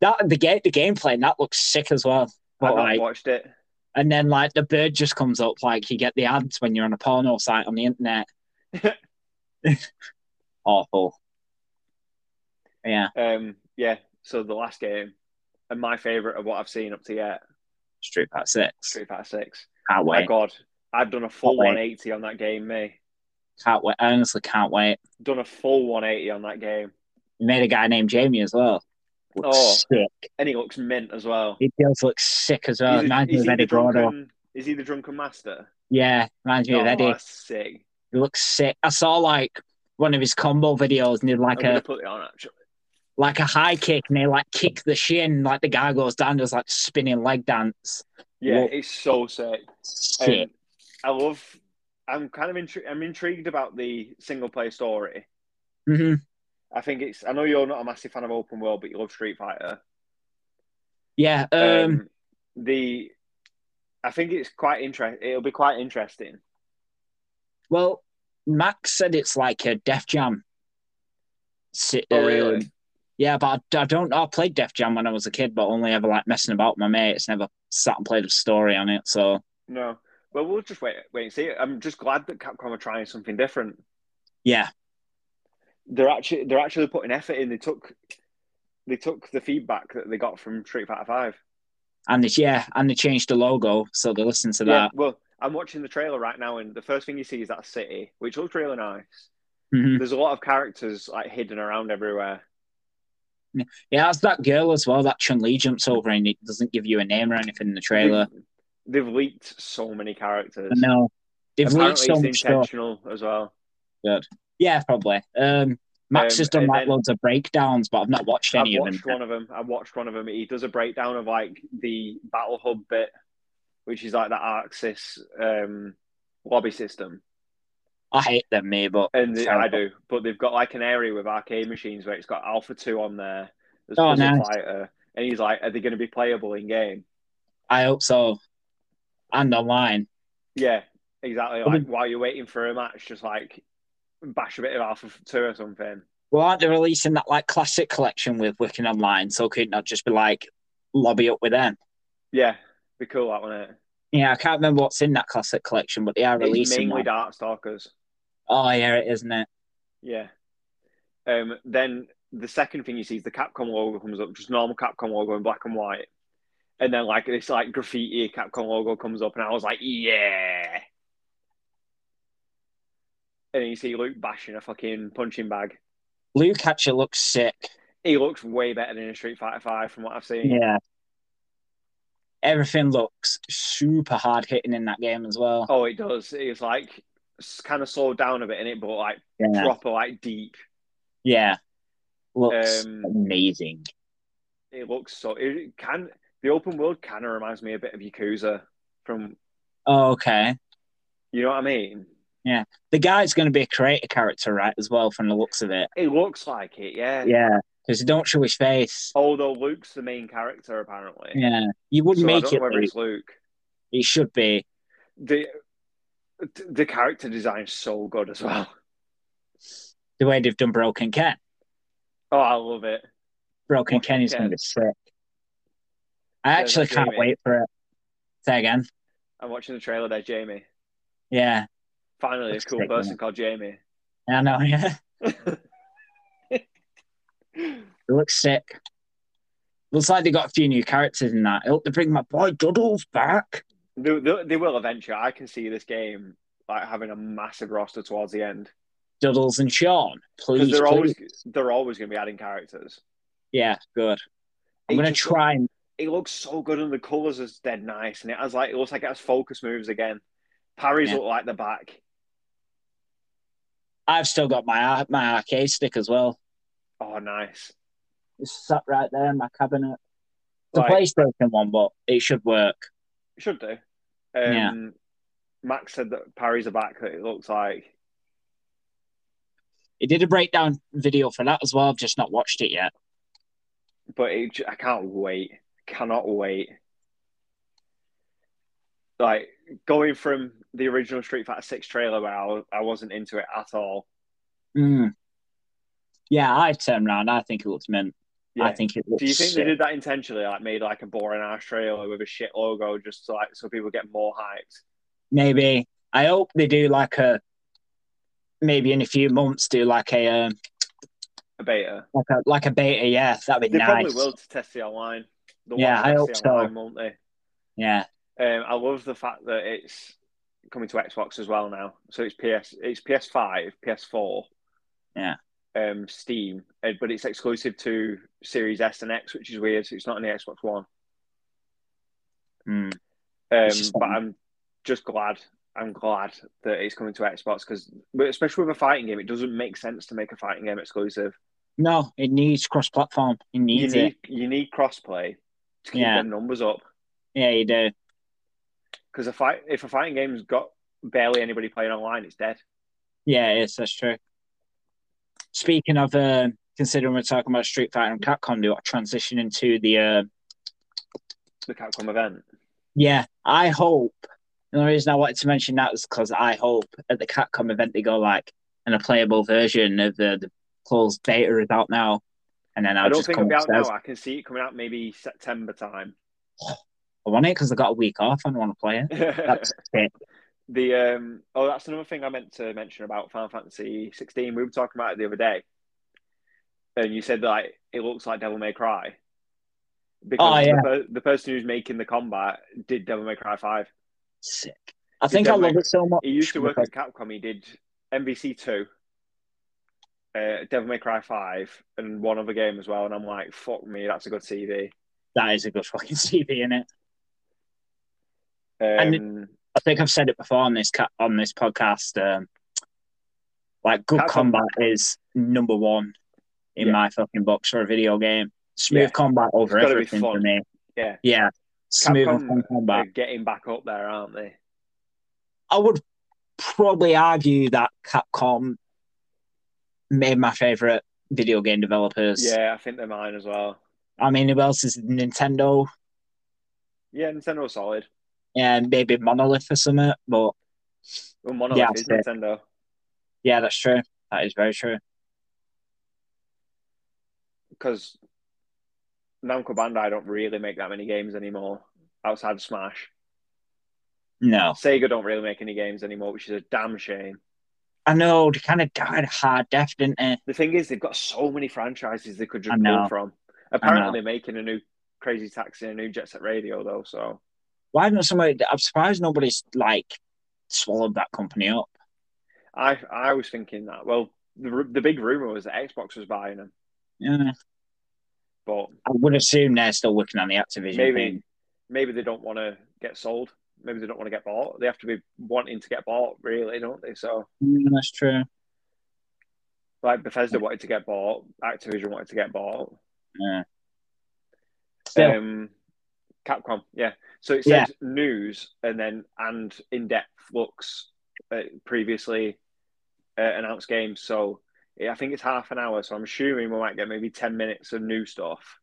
B: That the game the gameplay that looks sick as well.
A: I've
B: But
A: not
B: like,
A: watched it.
B: and then like the bird just comes up like you get the ads when you're on a porno site on the internet. Awful. Yeah,
A: Um, yeah. So the last game, and my favorite of what I've seen up to yet,
B: Street Pack Six.
A: Street Fighter Six.
B: Can't
A: My
B: wait.
A: God, I've done a full
B: Can't wait.
A: 180 on that game, me.
B: Can't wait. I honestly can't wait.
A: Done a full 180 on that game,
B: You made a guy named Jamie as well. Looks
A: Oh.
B: sick.
A: and he looks mint as well.
B: He does look sick as well.
A: He's a-
B: Reminds me
A: is,
B: of
A: he the
B: Eddie Gordo.
A: drunken, is he the drunken master?
B: Yeah, reminds me
A: Oh,
B: of Eddie.
A: that's sick.
B: He looks sick. I saw like one of his combo videos and he did
A: I'm
B: like
A: gonna
B: a
A: put it on actually.
B: like a high kick and he like kick the shin like the guy goes down. There's like spinning leg dance.
A: Yeah,
B: Whoa.
A: it's so sick. Um,
B: Shit.
A: I love. I'm kind of intri- I'm intrigued about the single player story.
B: hmm
A: I think it's. I know you're not a massive fan of open world, but you love Street Fighter.
B: Yeah. Um,
A: Um, the, I think it's quite interesting. It'll be quite interesting.
B: Well, Max said it's like a Def Jam. si-
A: Oh, really?
B: um, yeah, but I, I don't. I played Def Jam when I was a kid, but only ever like messing about with my mates. Never sat and played a story on it. So
A: No, well, we'll just wait, wait and see. I'm just glad that Capcom are trying something different.
B: yeah,
A: They're actually they're actually putting effort in. They took, they took the feedback that they got from Street Fighter Five.
B: and it's yeah, and they changed the logo, so they listen to
A: Yeah,
B: that.
A: well, I'm watching the trailer right now, and the first thing you see is that city, which looks really nice.
B: Mhm.
A: There's a lot of characters like hidden around everywhere.
B: Yeah, that's that girl as well. That Chun Li jumps over and it doesn't give you a name or anything in the trailer.
A: They've, they've leaked so many characters.
B: I know they've
A: Apparently,
B: leaked so
A: it's
B: much stuff.
A: intentional as well.
B: Yeah, probably. Um, Max
A: Um,
B: has done
A: and
B: like
A: then-
B: loads of breakdowns, but I've not watched
A: I've
B: any of
A: watched
B: them.
A: one of them. I watched one of them. He does a breakdown of like the battle hub bit, which is like the Arxis um, lobby system,
B: I hate them, me, but
A: and the, I
B: Terrible.
A: do. But they've got like an area with arcade machines where it's got Alpha Two on there. There's
B: Oh,
A: Puzzle
B: nice.
A: Fighter, and he's like, "Are they going to be playable in game?"
B: I hope so. And online.
A: Yeah, exactly.
B: Well,
A: Like while you're waiting for a match, just like bash a bit of Alpha Two or something.
B: Well, aren't they releasing that like classic collection with Wiccan Online? So could it not just be like lobby up with them?
A: Yeah, be cool that one.
B: Yeah, I can't remember what's in that classic collection, but they are
A: It's
B: releasing
A: mainly
B: one.
A: Darkstalkers.
B: Oh yeah, it is, isn't it?
A: Yeah. Um, then the second thing you see is the Capcom logo comes up, just normal Capcom logo in black and white. And then like this like graffiti Capcom logo comes up, and I was like, yeah. And then you see Luke bashing a fucking punching bag.
B: Luke actually looks sick.
A: He looks way better than in Street Fighter Five from what I've seen.
B: Yeah. Everything looks super hard hitting in that game as well.
A: Oh, it does. It's like kind of slowed down a bit in it, but like
B: yeah.
A: proper, like deep.
B: yeah. Looks
A: Um,
B: amazing.
A: It looks so. It can the open world kind of reminds me a bit of Yakuza from
B: okay.
A: you know what I mean.
B: The guy's going to be a creator character, right, as well, from the looks of it.
A: It looks like it, yeah.
B: Yeah. Because you don't show his face.
A: Although Luke's the main character apparently.
B: Yeah. You would
A: So I
B: make
A: don't
B: it.
A: know whether
B: Luke.
A: it's Luke.
B: It should be.
A: The the character design's so good as well.
B: the way they've done Broken Ken.
A: Oh, I love it.
B: Broken
A: Broken
B: Ken is going to
A: Ken.
B: be sick. I
A: There's
B: actually
A: Jamie.
B: can't wait for it. Say again.
A: I'm watching the trailer there, Jamie.
B: Yeah,
A: Finally, a
B: Looks
A: cool
B: great,
A: person called Jamie.
B: I know. Yeah, it looks sick. Looks like they got a few new characters in that. I hope they bring my boy Doodles back.
A: They, they, they will eventually. I can see this game like having a massive roster towards the end
B: Doodles and Sean,
A: because
B: please.
A: they're
B: please.
A: always they're always going to be adding characters.
B: Yeah, good. I'm
A: It
B: gonna
A: just-
B: try and
A: It looks so good, and the colors is dead nice, and it has like it looks like it has focus moves again. Parries
B: Yeah.
A: look like the back.
B: I've still got my ar- my arcade stick as well.
A: Oh, nice.
B: It's sat right there in my cabinet. The
A: Like,
B: PlayStation one, but it should work.
A: it should do. Um,
B: Yeah.
A: Max said that parries are back. That it looks like.
B: It did a breakdown video for that as well. I've just not watched it yet.
A: but it, j- I can't wait. Cannot wait. Like going from the original Street Fighter Six trailer, where I, wa- I wasn't into it at all,
B: Mm. Hmm. Yeah, I turned around. I think it looks mint. I
A: Yeah.
B: think it looks.
A: Do you think
B: sick.
A: they did that intentionally? Like made like a boring ass trailer with a shit logo just to, like so people get more hyped.
B: Maybe. I hope they do like a. Maybe in a few months, do like a um,
A: A beta.
B: like a like a beta. Yeah, that'd
A: They
B: be nice.
A: probably will to test it online. They'll
B: Yeah,
A: want to
B: I
A: test it
B: hope so.
A: online, won't they?
B: Yeah,
A: Um, I love the fact that it's coming to Xbox as well now. So it's PS, it's PS5, PS4,
B: Yeah.
A: um, Steam, uh, but it's exclusive to Series S and X, which is weird. So it's not on the Xbox One.
B: Mm.
A: Um,
B: just
A: but
B: something.
A: I'm just glad. I'm glad that it's coming to Xbox because, especially with a fighting game, it doesn't make sense to make a fighting game exclusive.
B: No, it needs cross-platform. It
A: You
B: needs it.
A: need you need crossplay to keep
B: Yeah.
A: them numbers up.
B: Yeah, you do.
A: Because a fight, if a fighting game's got barely anybody playing online, it's dead.
B: Yeah, it is. That's true. Speaking of, um, considering we're talking about Street Fighter and Capcom, do I transition into the? Uh,
A: The Capcom event.
B: yeah, I hope. The only reason I wanted to mention that was because I hope at the Capcom event they go like and a playable version of the, the closed beta is out now, and then I'll
A: I don't
B: just
A: think
B: come
A: it'll be out
B: upstairs.
A: now. I can see it coming out maybe September time.
B: I want it because I got a week off and I want to play it. That's it.
A: the um oh, that's another thing I meant to mention about Final Fantasy 16. We were talking about it the other day, and you said like it looks like Devil May Cry because
B: Oh, yeah.
A: the, per- the person who's making the combat did Devil May Cry Five.
B: Sick. I think I love it so much.
A: He used to work
B: because-
A: at Capcom. He did MVC two, uh, Devil May Cry Five, and one other game as well. And I'm like, fuck me, that's a good CV.
B: that is a good fucking TV in it.
A: Um,
B: And I think I've said it before on this ca- on this podcast. Um, like good
A: Capcom-
B: combat is number one in
A: Yeah.
B: my fucking box for a video game. Smooth
A: Yeah.
B: combat over
A: It's gotta be
B: everything
A: fun.
B: for me.
A: yeah,
B: Yeah, smooth and
A: Capcom,
B: fun
A: they're
B: combat.
A: getting back up there, aren't they?
B: I would probably argue that Capcom made my favorite video game developers.
A: Yeah, I think they're mine as well.
B: I mean, who else is Nintendo?
A: Yeah, Nintendo was solid.
B: and maybe Monolith or something. But
A: Well, Monolith
B: Yeah,
A: is
B: I'd
A: Nintendo.
B: yeah, that's true. That is very true.
A: Because Namco Bandai don't really make that many games anymore outside of Smash.
B: No,
A: Sega don't really make any games anymore, which is a damn shame.
B: I know they kind of died a hard death, didn't they?
A: The thing is, they've got so many franchises they could
B: I
A: just
B: know.
A: pull from. Apparently, they're making a new Crazy Taxi and a new Jet Set Radio, though. So
B: Why not somebody? I'm surprised nobody's like swallowed that company up.
A: I I was thinking that. Well, the, ru- the big rumor was that Xbox was buying them,
B: Yeah,
A: but
B: I would assume they're still working on the Activision
A: Maybe.
B: thing.
A: maybe they don't want to get sold. Maybe they don't want to get bought. They have to be wanting to get bought, really, don't they? So,
B: Mm, that's true.
A: like Bethesda wanted to get bought, Activision wanted to get bought,
B: Yeah. Still,
A: um, Capcom, yeah. So it
B: Yeah.
A: says news and then and in depth looks at previously uh, announced games. So yeah, I think it's half an hour. So I'm assuming we might get maybe ten minutes of new stuff.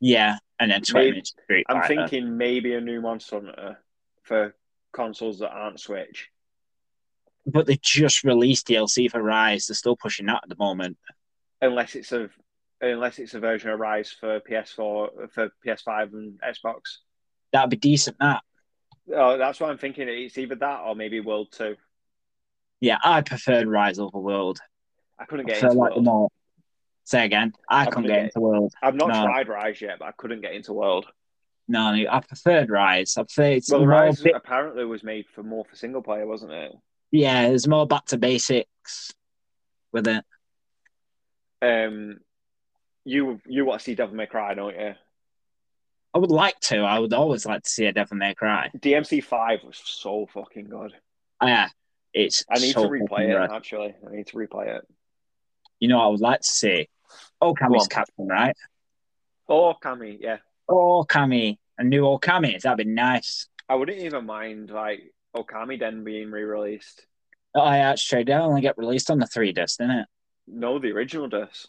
B: yeah, and then twenty
A: Maybe-
B: minutes. of Street
A: I'm
B: Fighter.
A: thinking maybe a new Monster Hunter for consoles that aren't Switch.
B: but they just released DLC for Rise. They're still pushing that at the moment.
A: unless it's a unless it's a version of Rise for PS4 for PS5 and Xbox.
B: That'd be decent. That
A: Oh, that's what I'm thinking. It's either that or maybe World Two.
B: yeah, I preferred Rise over World.
A: I couldn't
B: I
A: get
B: feel
A: into
B: like the
A: World.
B: more. Say again. I
A: I
B: couldn't
A: couldn't
B: get
A: get-
B: into World.
A: I've not
B: No.
A: tried Rise yet, but I couldn't get into World.
B: No, no, I preferred Rise. I prefer it's
A: Well,
B: more
A: Rise
B: bit-
A: apparently was made for more for single player, wasn't it?
B: yeah, it's more back to basics with it.
A: Um, you you want to see Devil May Cry, don't you?
B: I would like to. I would always like to see a Devil May Cry. Oh,
A: DMC Five was so fucking good.
B: Yeah, it's.
A: I need
B: so
A: to replay
B: fucking
A: it
B: good.
A: actually. I need to replay it.
B: You know, what I would like to see. Okami's
A: Go
B: captain, right?
A: Oh, Cammy, yeah.
B: Okami, a new Okami. That'd be nice.
A: I wouldn't even mind like Okami Den being re-released.
B: Oh, yeah, that's true. They only get released on the three disc, didn't it?
A: No, the original does.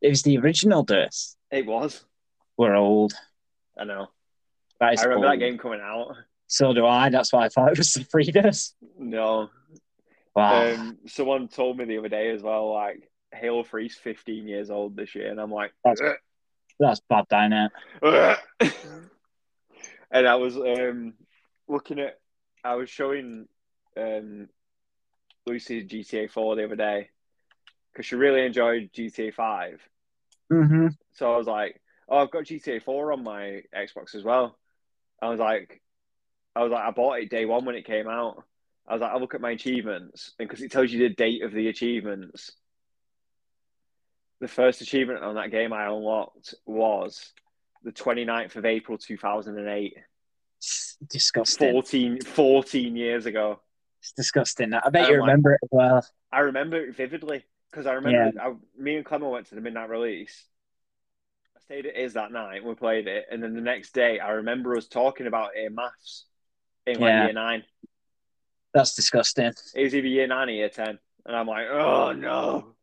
B: It was the original disc.
A: It was.
B: We're old.
A: I know.
B: That is
A: I remember that
B: old.
A: game coming out.
B: So do I. That's why I thought it was the three disc.
A: No.
B: Wow. Ah.
A: Um, someone told me the other day as well, like, Hale Freeze 15 years old this year, and I'm like,
B: That's- That's bad, ain't it?
A: and I was um, looking at, I was showing um, Lucy GTA 4 the other day because she really enjoyed GTA 5.
B: Mm-hmm.
A: So I was like, "Oh, I've got GTA Four on my Xbox as well." I was like, "I was like, I bought it day one when it came out." I was like, "I look at my achievements, and because it tells you the date of the achievemements." The first achievement on that game I unlocked was the 29th of April 2008,
B: Disgusting.
A: 14, 14 years ago.
B: It's disgusting. I bet
A: Oh
B: you
A: my-
B: remember it as well.
A: I remember it vividly because I remember I, me and Clemmer went to the midnight release. I stayed at his that night. We played it, and then the next day, I remember us talking about it in maths in like
B: Yeah.
A: year nine.
B: That's disgusting.
A: It was either year nine or year ten, and I'm like, oh no.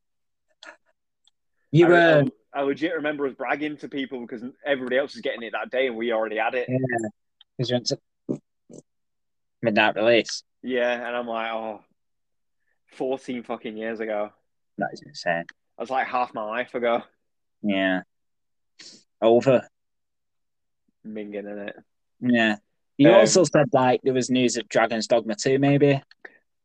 B: You
A: I,
B: were.
A: I, I legit remember us bragging to people because everybody else was getting it that day, and we already had it.
B: Yeah. 'cause you're into- Midnight release.
A: Yeah, and I'm like, oh, 14 fucking years ago.
B: That is insane.
A: That's like half my life ago.
B: Yeah. Over.
A: Minging in it.
B: Yeah. You
A: Um,
B: also said like there was news of Dragon's Dogma 2, maybe.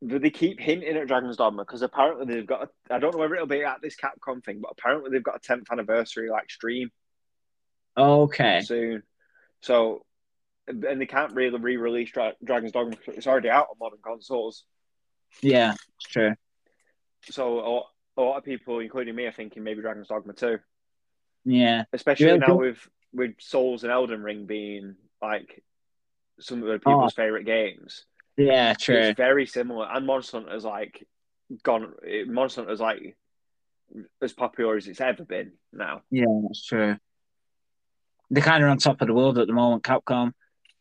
A: But they keep hinting at Dragon's Dogma because apparently they've got. A, I don't know whether it'll be at this Capcom thing, but apparently they've got a 10th anniversary like stream
B: Okay.
A: soon. So, and they can't really re-release Dra- Dragon's Dogma 'cause it's already out on modern consoles.
B: Yeah, it's true.
A: So a lot, a lot of people, including me, are thinking maybe Dragon's Dogma too.
B: Yeah.
A: Especially
B: Yeah,
A: now
B: cool.
A: with with Souls and Elden Ring being like some of the people's favorite games.
B: Yeah, true.
A: It's very similar, and Monster Hunter's like gone. it- Monster Hunter's like as popular as it's ever been now.
B: Yeah, that's true. They're kind of on top of the world at the moment, Capcom.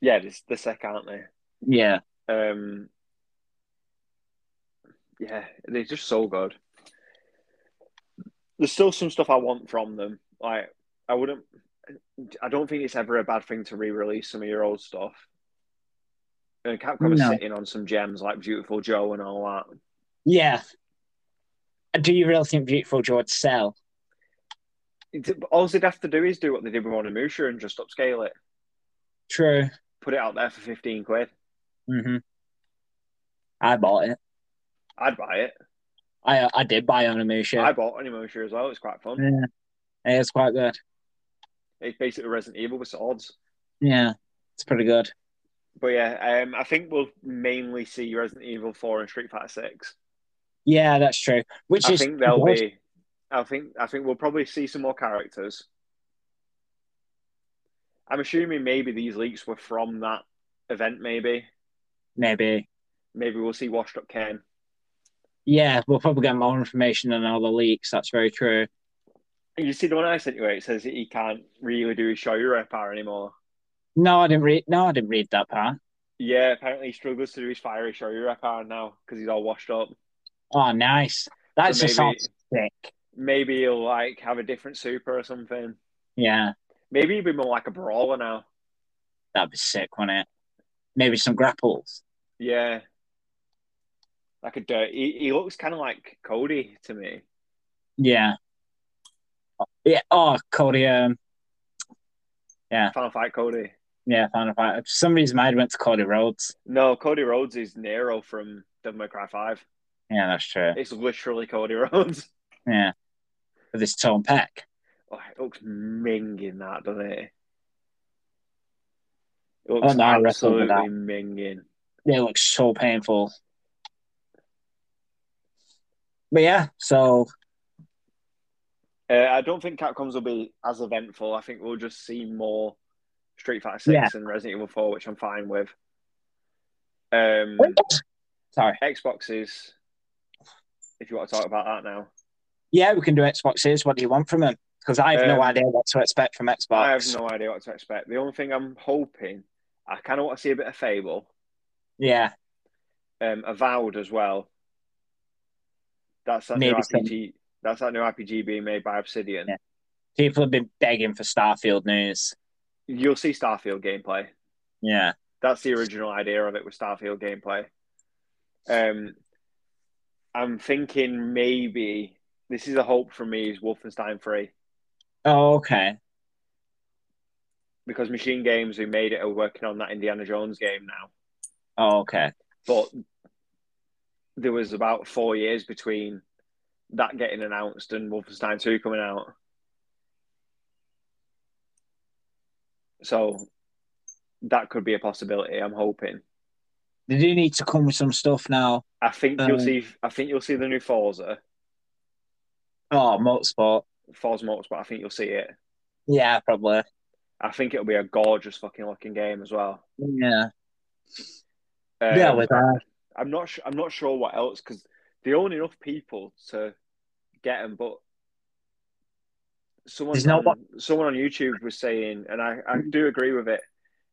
A: Yeah, this the sec, aren't they?
B: Yeah.
A: Um, yeah, they're just so good. There's still some stuff I want from them. Like I wouldn't. I don't think it's ever a bad thing to re-release some of your old stuff. And Capcom is
B: No.
A: sitting on some gems like Beautiful Joe and all that.
B: Yeah. Do you really think Beautiful Joe would sell?
A: It's, all they'd have to do is do what they did with Onimusha and just upscale it,
B: True.
A: put it out there for fifteen quid.
B: hmm I bought it.
A: I'd buy it.
B: I I did buy Onimusha.
A: I bought Onimusha as well. It's quite fun.
B: Yeah. Yeah, It's quite good.
A: It's basically Resident Evil with swords.
B: Yeah. It's pretty good.
A: But yeah, um, I think we'll mainly see Resident Evil Four and Street Fighter Six.
B: Yeah, that's true. Which
A: I
B: is
A: think they'll be. I think I think we'll probably see some more characters. I'm assuming maybe these leaks were from that event. Maybe
B: maybe.
A: maybe we'll see Washed Up Ken.
B: Yeah, we'll probably get more information on all the leaks. That's very true.
A: You see the one I sent you. where It says that he can't really do his Shoyura power anymore.
B: No, I didn't read. No, I didn't read that part.
A: Yeah, apparently he struggles to do his fiery Shoyura power now because he's all washed up.
B: Oh, nice. That's
A: So
B: just
A: maybe-
B: sounds sick.
A: Maybe he'll like have a different super or something.
B: Yeah,
A: Maybe he'll be more like a brawler now.
B: that'd be sick, wouldn't it? Maybe some grapples.
A: Yeah. Like a dirt. He, he looks kind of like Cody to me.
B: Yeah. Yeah. Oh, Cody. Um,
A: Final Fight Cody.
B: yeah, Final Fight. For some reason, my head went to Cody Rhodes.
A: No, Cody Rhodes is Nero from Devil May Cry 5.
B: Yeah, that's true.
A: It's literally Cody Rhodes.
B: Yeah. With his Tom Peck.
A: Oh, it looks minging that, doesn't it? It
B: Oh,
A: looks
B: no, I wrestled
A: absolutely
B: with that.
A: minging.
B: They look so painful. But yeah, so
A: Uh, I don't think Capcoms will be as eventful. I think we'll just see more Street Fighter 6
B: Yeah.
A: and Resident Evil 4, which I'm fine with. Um,
B: sorry.
A: Xboxes, if you want to talk about that now.
B: Yeah, we can do Xboxes. What do you want from them? Because I have
A: Um,
B: no idea what to expect from Xbox.
A: I have no idea what to expect. The only thing I'm hoping, I kind of want to see a bit of Fable,
B: Yeah,
A: um, Avowed as well. That's that new
B: Maybe some-
A: RPG. That's that new RPG being made by Obsidian.
B: Yeah. people have been begging for Starfield news.
A: You'll see Starfield gameplay.
B: Yeah,
A: That's the original idea of it with Starfield gameplay. Um, I'm thinking maybe This is a hope for me is Wolfenstein 3
B: Oh, okay.
A: because Machine Games, who made it, are working on that Indiana Jones game now.
B: Oh, okay.
A: But there was about four years between that getting announced and Wolfenstein 2 coming out. So that could be a possibility, I'm hoping.
B: They do need to come with some stuff now.
A: I think you'll
B: Um,
A: see I think you'll see the new Forza,
B: Oh, motorsport.
A: Forza Motorsport, I think you'll see it.
B: Yeah, probably.
A: I think it'll be a gorgeous fucking looking game as well.
B: Yeah.
A: Um,
B: yeah, with that.
A: I'm not su- I'm not sure what else because they own enough people to get them, but someone
B: There's no
A: on, someone on YouTube was saying, and I, I do agree with it,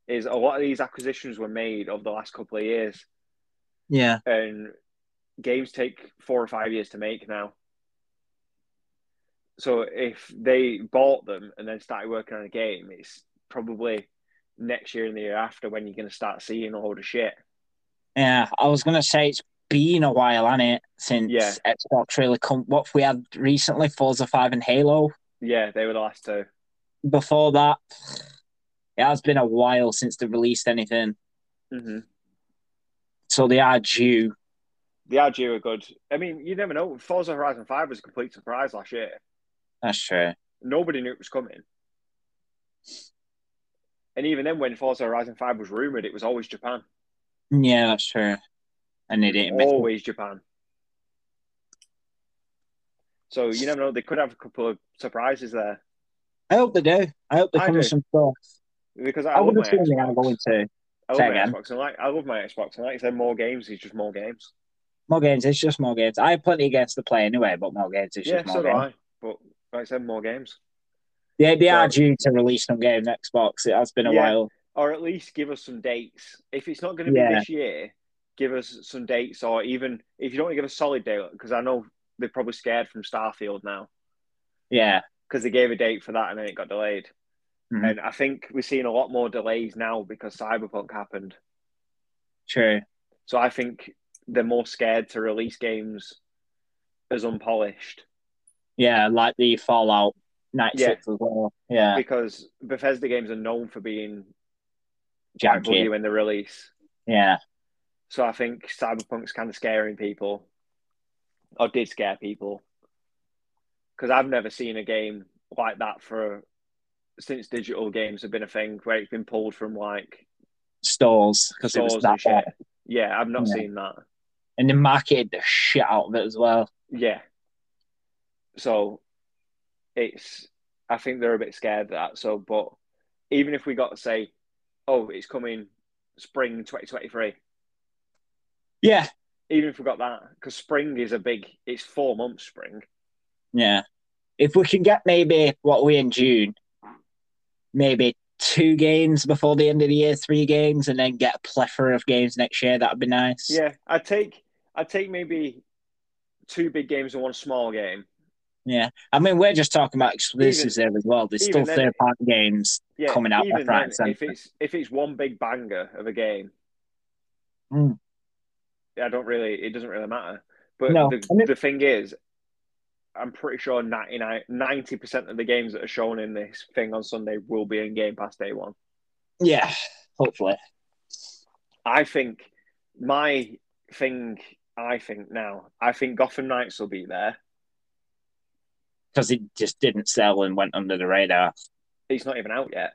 A: is a lot of these acquisitions were made over the last couple of years,
B: Yeah.
A: and games take four or five years to make now. So if they bought them and then started working on a game, it's probably next year and the year after when you're going to start seeing a load of shit.
B: Yeah. I was going to say it's been a while, hasn't it? Since
A: Yeah.
B: Xbox really come. What we had recently, Forza 5 and Halo.
A: Yeah, they were the last two.
B: Before that, it has been a while since they released anything.
A: Mm-hmm.
B: So they are due.
A: The Agio are good. I mean, you never know. Forza Horizon 5 was a complete surprise last year.
B: That's true.
A: Nobody knew it was coming. And even then, when Forza Horizon 5 was rumored, it was always Japan.
B: Yeah, that's true. And they didn't. miss-
A: Always Japan. So you never know. They could have a couple of surprises there.
B: I hope they do. I hope they
A: I
B: come with
A: do.
B: some stuff.
A: Because I,
B: I,
A: love
B: would
A: my
B: have seen they are
A: Xbox.
B: going to.
A: I love my
B: Say again.
A: Xbox. And like, I love my Xbox. And like you said, more games is just more games.
B: More games. It's just more games. I have plenty of games to play anyway, but more games. It's
A: yeah,
B: just more
A: so do
B: games.
A: I. But like I said, more games.
B: Yeah, they are
A: So-
B: due to release some games Xbox. It has been a
A: Yeah.
B: while.
A: or at least give us some dates. If it's not going to be
B: Yeah.
A: this year, give us some dates, or even if you don't want to give a solid date, because I know they're probably scared from Starfield now
B: Yeah,
A: because they gave a date for that and then it got delayed.
B: Mhm.
A: And I think we're seeing a lot more delays now because Cyberpunk happened.
B: true.
A: So I think they're more scared to release games as unpolished
B: Yeah, like the Fallout 96 as well. Yeah,
A: because Bethesda games are known for being quite
B: janky.
A: buggy when they release.
B: Yeah,
A: So I think Cyberpunk's kind of scaring people, or did scare people, because I've never seen a game like that for since digital games have been a thing where it's been pulled from like
B: stores because it
A: stores
B: was
A: and
B: that
A: shit.
B: bad.
A: Yeah, I've not
B: Yeah.
A: seen that.
B: And they marketed the shit out of it as well.
A: Yeah. So it's I think they're a bit scared of that. So but even if we got to say, oh, it's coming spring twenty twenty three,
B: Yeah,
A: even if we got that, because spring is a big it's four months spring.
B: yeah. If we can get maybe what we in June, maybe two games before the end of the year, three games, and then get a plethora of games next year, that would be nice.
A: Yeah, I take I take maybe two big games and one small game.
B: Yeah. I mean, we're just talking about exclusives there as well. There's
A: even
B: still
A: then-
B: third party games.
A: Yeah,
B: Coming out
A: even
B: left, right,
A: then,
B: and centre.
A: if it's if it's one big banger of a game,
B: Mm.
A: I don't really it doesn't really matter. But
B: No,
A: the,
B: and it-
A: the thing is, I'm pretty sure 90 percent of the games that are shown in this thing on Sunday will be in Game Pass day one.
B: Yeah, hopefully.
A: I think my thing. I think now. I think Gotham Knights will be there.
B: because it just didn't sell and went under the radar,
A: It's not even out yet.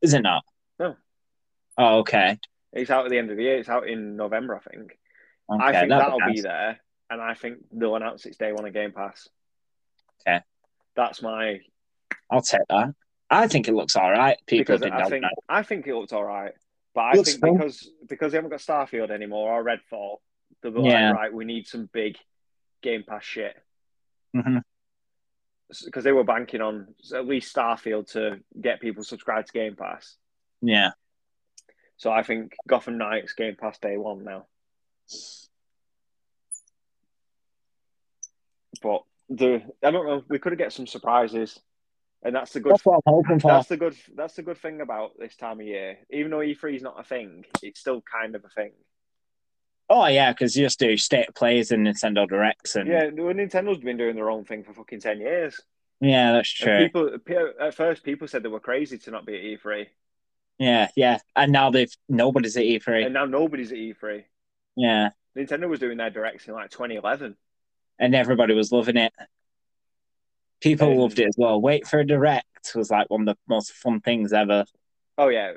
B: is it not?
A: No.
B: Oh, okay.
A: It's out at the end of the year. It's out in November, I think.
B: okay.
A: I think that'll
B: nice.
A: be there, and I think they'll announce it's day one of Game Pass.
B: Okay.
A: that's my
B: I'll take that. I think it looks all right. People
A: because
B: did
A: I
B: not
A: think
B: know.
A: I think it looks all right, but I
B: Looks
A: think
B: fun.
A: because because they haven't got Starfield anymore or Redfall, they'll be
B: Yeah.
A: like, right, we need some big Game Pass shit
B: Mhm.
A: because they were banking on at least Starfield to get people subscribed to Game Pass.
B: Yeah.
A: So I think Gotham Knights Game Pass day one now. But the I don't know. We could get some surprises, and that's the good
B: That's what I'm hoping for.
A: That's the good. That's the good thing E about this time of year. Even though E3 is not a thing, it's still kind of a thing.
B: Oh yeah, because you just do state of plays and Nintendo Directs and yeah,
A: Yeah, well, Nintendo's been doing their own thing for fucking ten years.
B: that's
A: And
B: true.
A: People pe- at first people said they were crazy to not be at E three,
B: yeah, yeah. And now they've nobody's at E3.
A: and now nobody's at E three.
B: yeah,
A: Nintendo was doing their directs in like 2011.
B: and everybody was loving it. People
A: Yeah.
B: loved it as well. Wait for a direct was like one of the most fun things ever.
A: Oh yeah,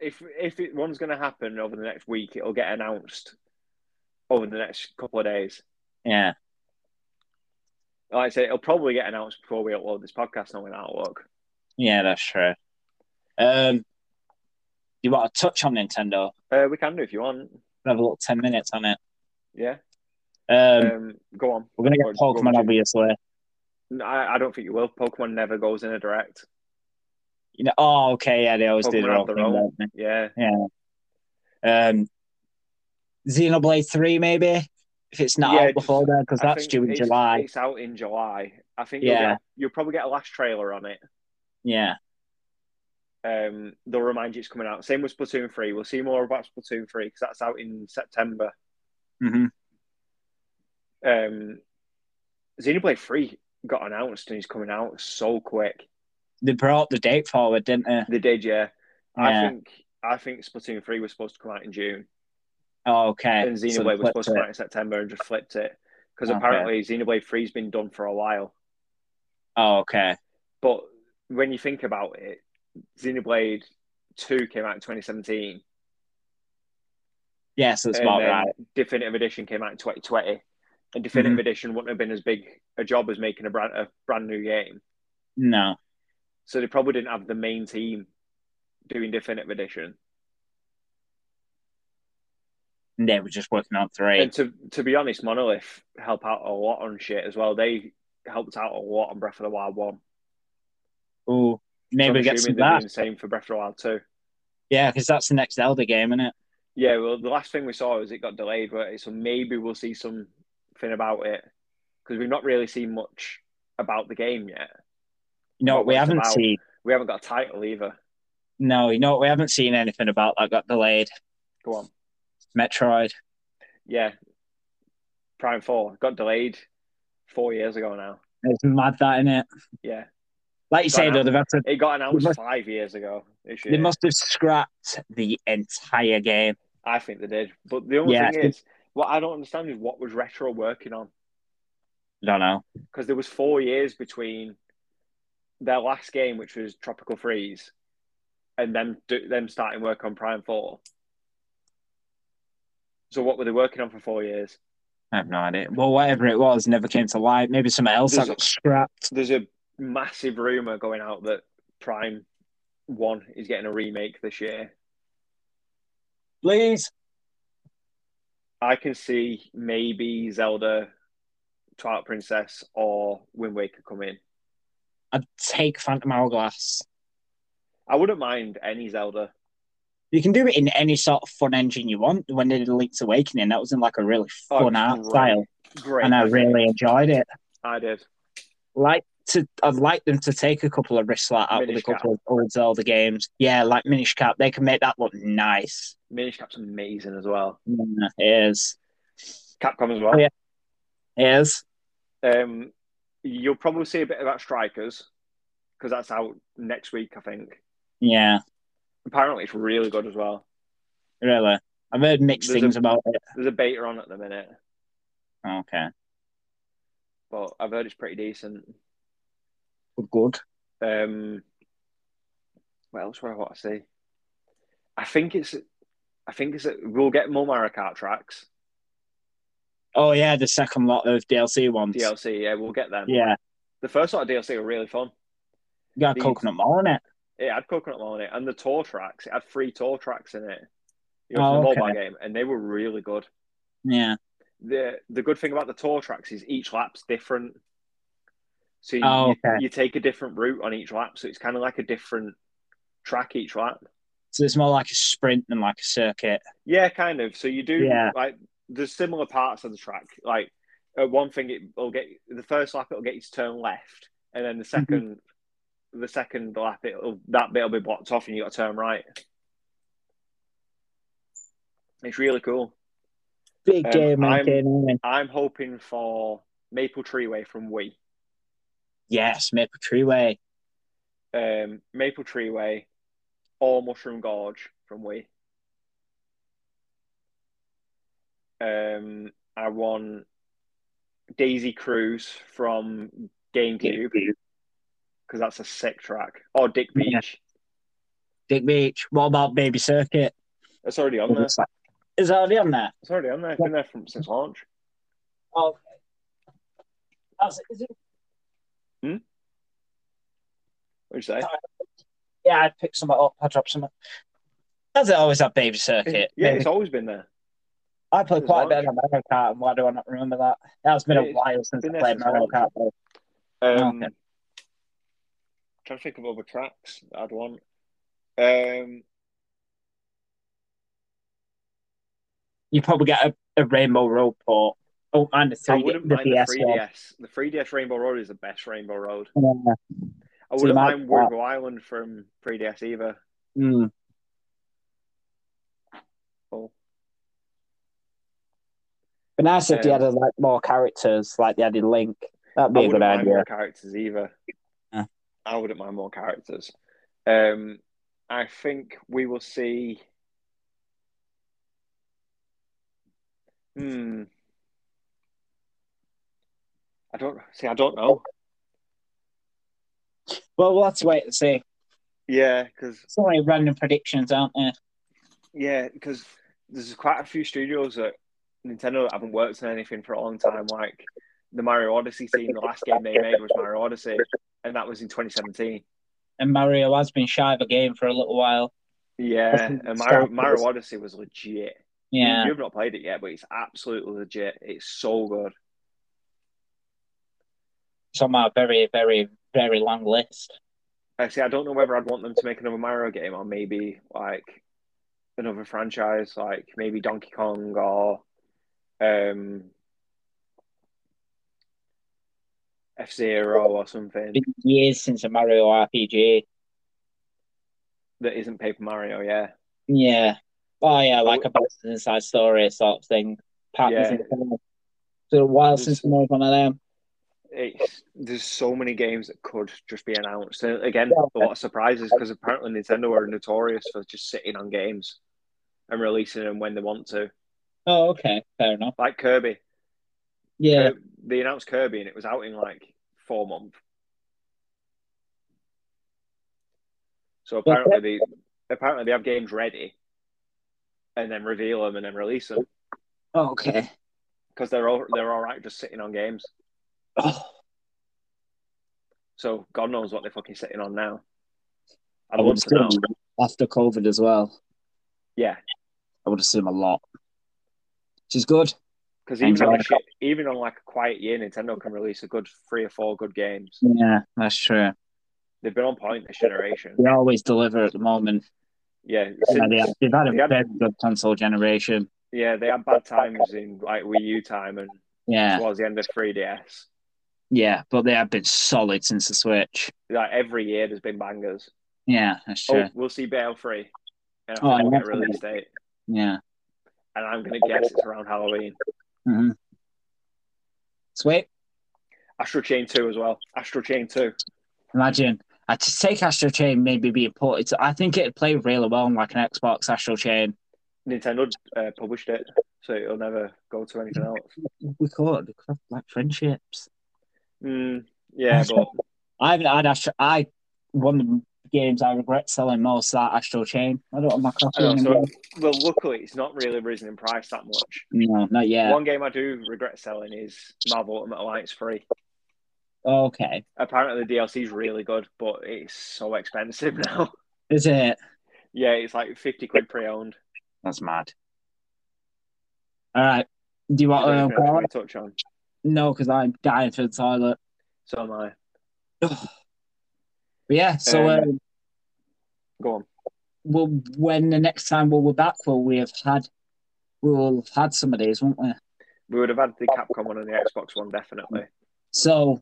A: if if it, one's going to happen over the next week, it'll get announced over the next couple of days.
B: Yeah,
A: Like I say, it'll probably get announced before we upload this podcast, knowing our work.
B: yeah, that's true. Um, you want to touch on Nintendo?
A: Uh, we can do if you want.
B: Have a little ten minutes on it.
A: Yeah.
B: Um,
A: Um, go on.
B: we're gonna
A: or
B: get
A: just go over
B: Pokemon
A: to-
B: obviously.
A: No, I, I don't think you will. Pokemon never goes in a direct.
B: You know, oh, okay, yeah, they always
A: Pokemon
B: do their
A: have
B: own
A: their
B: thing.
A: own.
B: don't they?
A: Yeah.
B: Um, Xenoblade Three, maybe if it's not
A: Yeah,
B: out
A: just-
B: before then, because
A: I
B: that's
A: think
B: due in
A: it's-
B: July.
A: It's out in July. I think. Yeah. You'll,
B: Yeah.
A: get- you'll probably get a last trailer on it.
B: Yeah,
A: Um, they'll remind you it's coming out. Same with Splatoon three. We'll see more about Splatoon three because that's out in September.
B: hmm
A: um Xenoblade 3 got announced and he's coming out so quick.
B: they brought the date forward, didn't they?
A: They did, yeah. I
B: Yeah.
A: think I think Splatoon 3 was supposed to come out in June
B: Oh, okay.
A: and
B: So
A: Xenoblade
B: they
A: was
B: flipped
A: supposed to
B: it.
A: come out in September and just flipped it. Because
B: Okay.
A: apparently Xenoblade 3's been done for a while.
B: Oh, okay.
A: But when you think about it, Xenoblade 2 came out in 2017.
B: Yeah, so it's
A: and
B: about
A: then
B: right. Mm-hmm.
A: Definitive Edition came out in 2020. And Definitive Edition wouldn't have been as big a job as making a brand a brand new game.
B: No.
A: So they probably didn't have the main team doing Definitive Edition.
B: They were just working on three.
A: And to to be honest, Monolith help out a lot on shit as well. They helped out a lot on Breath of the Wild one.
B: Ooh,
A: So
B: maybe
A: I'm
B: get some
A: assuming they're
B: that.
A: doing the same for Breath of the Wild too.
B: Yeah, because that's the next Zelda game, isn't it?
A: Yeah, well, the last thing we saw was it got delayed, weren't it? So maybe we'll see something about it because we've not really seen much about the game yet.
B: You know
A: What
B: what we
A: was
B: haven't
A: about?
B: seen?
A: We haven't got a title either.
B: No, you know what we haven't seen anything about that got delayed.
A: Go on.
B: Metroid.
A: Yeah. Prime 4 got delayed four years ago now.
B: It's mad that in it.
A: Yeah.
B: Like you
A: Don't
B: say
A: know.
B: though, they've had to,
A: It got announced
B: must-
A: five years ago this
B: they
A: year.
B: must have scrapped the entire game.
A: I think they did. But the only
B: Yeah,
A: thing
B: it's-
A: is, what I don't understand is what was Retro working on?
B: I don't know.
A: Because there was four years between their last game, which was Tropical Freeze, and them do, them starting work on Prime Four. So what were they working on for four years?
B: I have no idea. Well, whatever it was, never came to light. Maybe something else that
A: There's a-
B: got scrapped.
A: There's a massive rumor going out that Prime One is getting a remake this year.
B: Please.
A: I can see maybe Zelda, Twilight Princess, or Wind Waker come in.
B: I'd take Phantom Hourglass.
A: I wouldn't mind any Zelda.
B: You can do it in any sort of fun engine you want. When they did Link's Awakening, that was in like a really
A: Oh, it's
B: fun art
A: great.
B: style,
A: Great.
B: and I really enjoyed it.
A: I did.
B: Like to, I'd like them to take a couple of risks like that with a
A: Minish Cap.
B: couple of old Zelda games. Yeah, like Minish Cap, they can make that look nice.
A: Minish Cap's amazing as well.
B: Yeah, it is,
A: Capcom as well.
B: Oh, yeah. it is.
A: Um, you'll probably see a bit about Strikers because that's out next week, I think.
B: Yeah,
A: Apparently, it's really good as well.
B: really. I've heard mixed
A: There's a-
B: things about it. Oh,
A: There's a beta on at the minute,
B: Okay,
A: but I've heard it's pretty decent.
B: good, good.
A: Um, what else would I want to see? I think it's, I think it's. We'll get more Mario Kart tracks
B: Oh yeah, the second lot of DLC ones.
A: DLC. Yeah, we'll get them.
B: Yeah,
A: The first lot of DLC were really fun.
B: you got
A: The-
B: Coconut Mall in it.
A: It had Coconut Mall in it, and the tour tracks. It had three tour tracks in it. It
B: Oh,
A: was
B: okay.
A: a mobile game, and they were really good.
B: Yeah.
A: the the good thing about the tour tracks is each lap's different. So you,
B: Oh, okay.
A: you take a different route on each lap, so it's kind of like a different track each lap.
B: So it's more like a sprint than like a circuit.
A: Yeah, kind of. So you do
B: Yeah.
A: like there's similar parts of the track. Like uh, one thing, it'll get the first lap, it'll get you to turn left, and then the 2nd the second lap, it'll that bit'll be blocked off, and you got to turn right. It's really cool.
B: Big
A: Um,
B: game, man.
A: I'm-
B: Kane Owen.
A: I'm hoping for Maple Treeway from Wii.
B: Yes, Maple Tree Way.
A: Um, Maple Treeway or Mushroom Gorge from Wii. Um, I want Daisy Cruise from GameCube because that's a sick track. Or Dick Beach.
B: Yeah. Dick Beach. What about Baby Circuit?
A: It's already on there.
B: It's like- Is that already on there?
A: It's already on there. It's been there from since launch.
B: Okay. That's, is it,
A: What'd you say?
B: yeah, I picked some up. I dropped some. Does it always have Baby Circuit?
A: Yeah,
B: Maybe.
A: it's always been there.
B: I played
A: It's
B: quite a bit
A: large.
B: of Mario Kart, and why do I not remember that? That's been a
A: It's
B: while since
A: been
B: I
A: there
B: played
A: since
B: Mario
A: launch.
B: Kart. though.
A: Um,
B: Okay.
A: Trying to think of other tracks that I'd want. Um,
B: You probably get a, a Rainbow Road port. Oh, and the
A: I
B: 3
A: wouldn't
B: the
A: mind
B: DS
A: the 3DS.
B: one.
A: The 3DS Rainbow Road is the best Rainbow Road.
B: Yeah.
A: I
B: See,
A: wouldn't
B: my-
A: mind Rainbow Island from 3DS either.
B: Mm.
A: Cool.
B: But nice if they
A: Um,
B: added like more characters, like they added Link. That'd
A: I
B: be a
A: wouldn't
B: good
A: mind
B: idea.
A: more characters either.
B: Yeah.
A: I wouldn't mind more characters. Um, I think we will see. Hmm. I don't see. I don't know.
B: Well, we'll have to wait and see.
A: Yeah, because
B: So many random predictions, aren't there?
A: Yeah, because there's quite a few studios that Nintendo haven't worked on anything for a long time. Like the Mario Odyssey team, the last game they made was Mario Odyssey, and that was in 2017.
B: And Mario has been shy of a game for a little while.
A: Yeah,
B: That's
A: and Mario,
B: Star
A: Mario
B: Fox.
A: Odyssey was legit.
B: Yeah.
A: You, have not played it yet, but it's absolutely legit. It's so good.
B: It's on my very, very, very long list.
A: Actually, I don't know whether I'd want them to make another Mario game or maybe like another franchise, like maybe Donkey Kong or um, F Zero or something.
B: Been years since a Mario RPG.
A: that isn't Paper Mario, yeah.
B: Yeah. Oh yeah, like a Boston Inside Story sort of thing. Partners
A: Yeah.
B: in Crime. It's been a while
A: There's-
B: since I made one of them.
A: It's there's so many games that could just be announced. And again,
B: Yeah.
A: a lot of surprises because apparently Nintendo are notorious for just sitting on games and releasing them when they want to.
B: Oh, okay, fair enough.
A: Like Kirby,
B: Yeah,
A: Kirby they announced Kirby and it was out in like four months. So
B: Well,
A: apparently they apparently they have games ready and then reveal them and then release them
B: okay.
A: because they're all they're all right just sitting on games.
B: Oh,
A: So God knows what they're fucking sitting on now.
B: I
A: I'd love
B: would
A: to know.
B: assume after COVID as well.
A: Yeah,
B: I would assume a lot, which is good.
A: because
B: And
A: even
B: uh,
A: on a
B: Zelda.
A: shit, even on like a quiet year, Nintendo can release a good three or four good games.
B: Yeah, that's true.
A: They've been on point this generation.
B: They always deliver at the moment.
A: Yeah,
B: Yeah, they
A: since,
B: have, they've had a
A: they had-
B: very good console generation.
A: yeah, they had bad times in like Wii U time and
B: Yeah,
A: towards the end of 3DS.
B: yeah, but they have been solid since the Switch.
A: Like every year, there's been bangers.
B: Yeah, that's true.
A: Oh, we'll see BL3, and I
B: Oh, I
A: think we'll get a
B: love
A: release date.
B: Yeah.
A: And I'm gonna guess it's around Halloween.
B: hmm Sweet.
A: Astro Chain 2 as well. Astro Chain 2.
B: Imagine. I just take Astro Chain maybe being ported. To, I think it'd play really well on like an Xbox Astro Chain.
A: Nintendo uh, published it, so it'll never go to anything else.
B: We could, we could have, like friendships.
A: Mm, yeah, but
B: I've had Astro. I one of the games I regret selling most is that Astro Chain. I don't have my
A: I
B: copy
A: know, so,
B: anymore.
A: well, luckily, it's not really risen in price that much.
B: No, not yet.
A: One game I do regret selling is Marvel Ultimate Alliance 3.
B: Okay,
A: Apparently, the DLC is really good, but it's so expensive now.
B: is it?
A: yeah, it's like 50 quid pre owned.
B: That's mad. All right. Do you want to go on?
A: touch on.
B: No, because I'm dying for the toilet.
A: So am I.
B: Ugh. But yeah, so
A: Um,
B: um,
A: Go on.
B: well, when the next time we'll be back, will we have had we'll have had some of these, won't we?
A: We would have had the Capcom one and the Xbox one, definitely.
B: So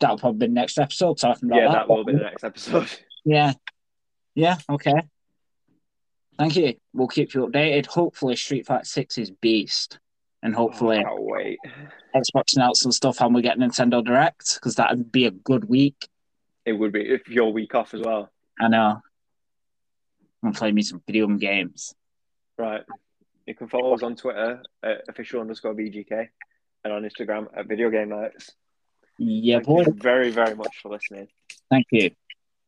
B: that'll probably be the next episode talking about
A: yeah, that
B: that.
A: will be the next episode.
B: Yeah, yeah, okay. Thank you. We'll keep you updated. Hopefully, Street Fighter 6 is beast. And hopefully,
A: Oh, wait.
B: Xbox announced some stuff and we get Nintendo Direct because that would be a good week.
A: It would be if you're week off as well.
B: I know. I'm playing me some video game games.
A: Right. You can follow us on Twitter at official underscore VGK and on Instagram at video game nights.
B: Yeah,
A: Thank you
B: boy.
A: very, very much for listening.
B: Thank you.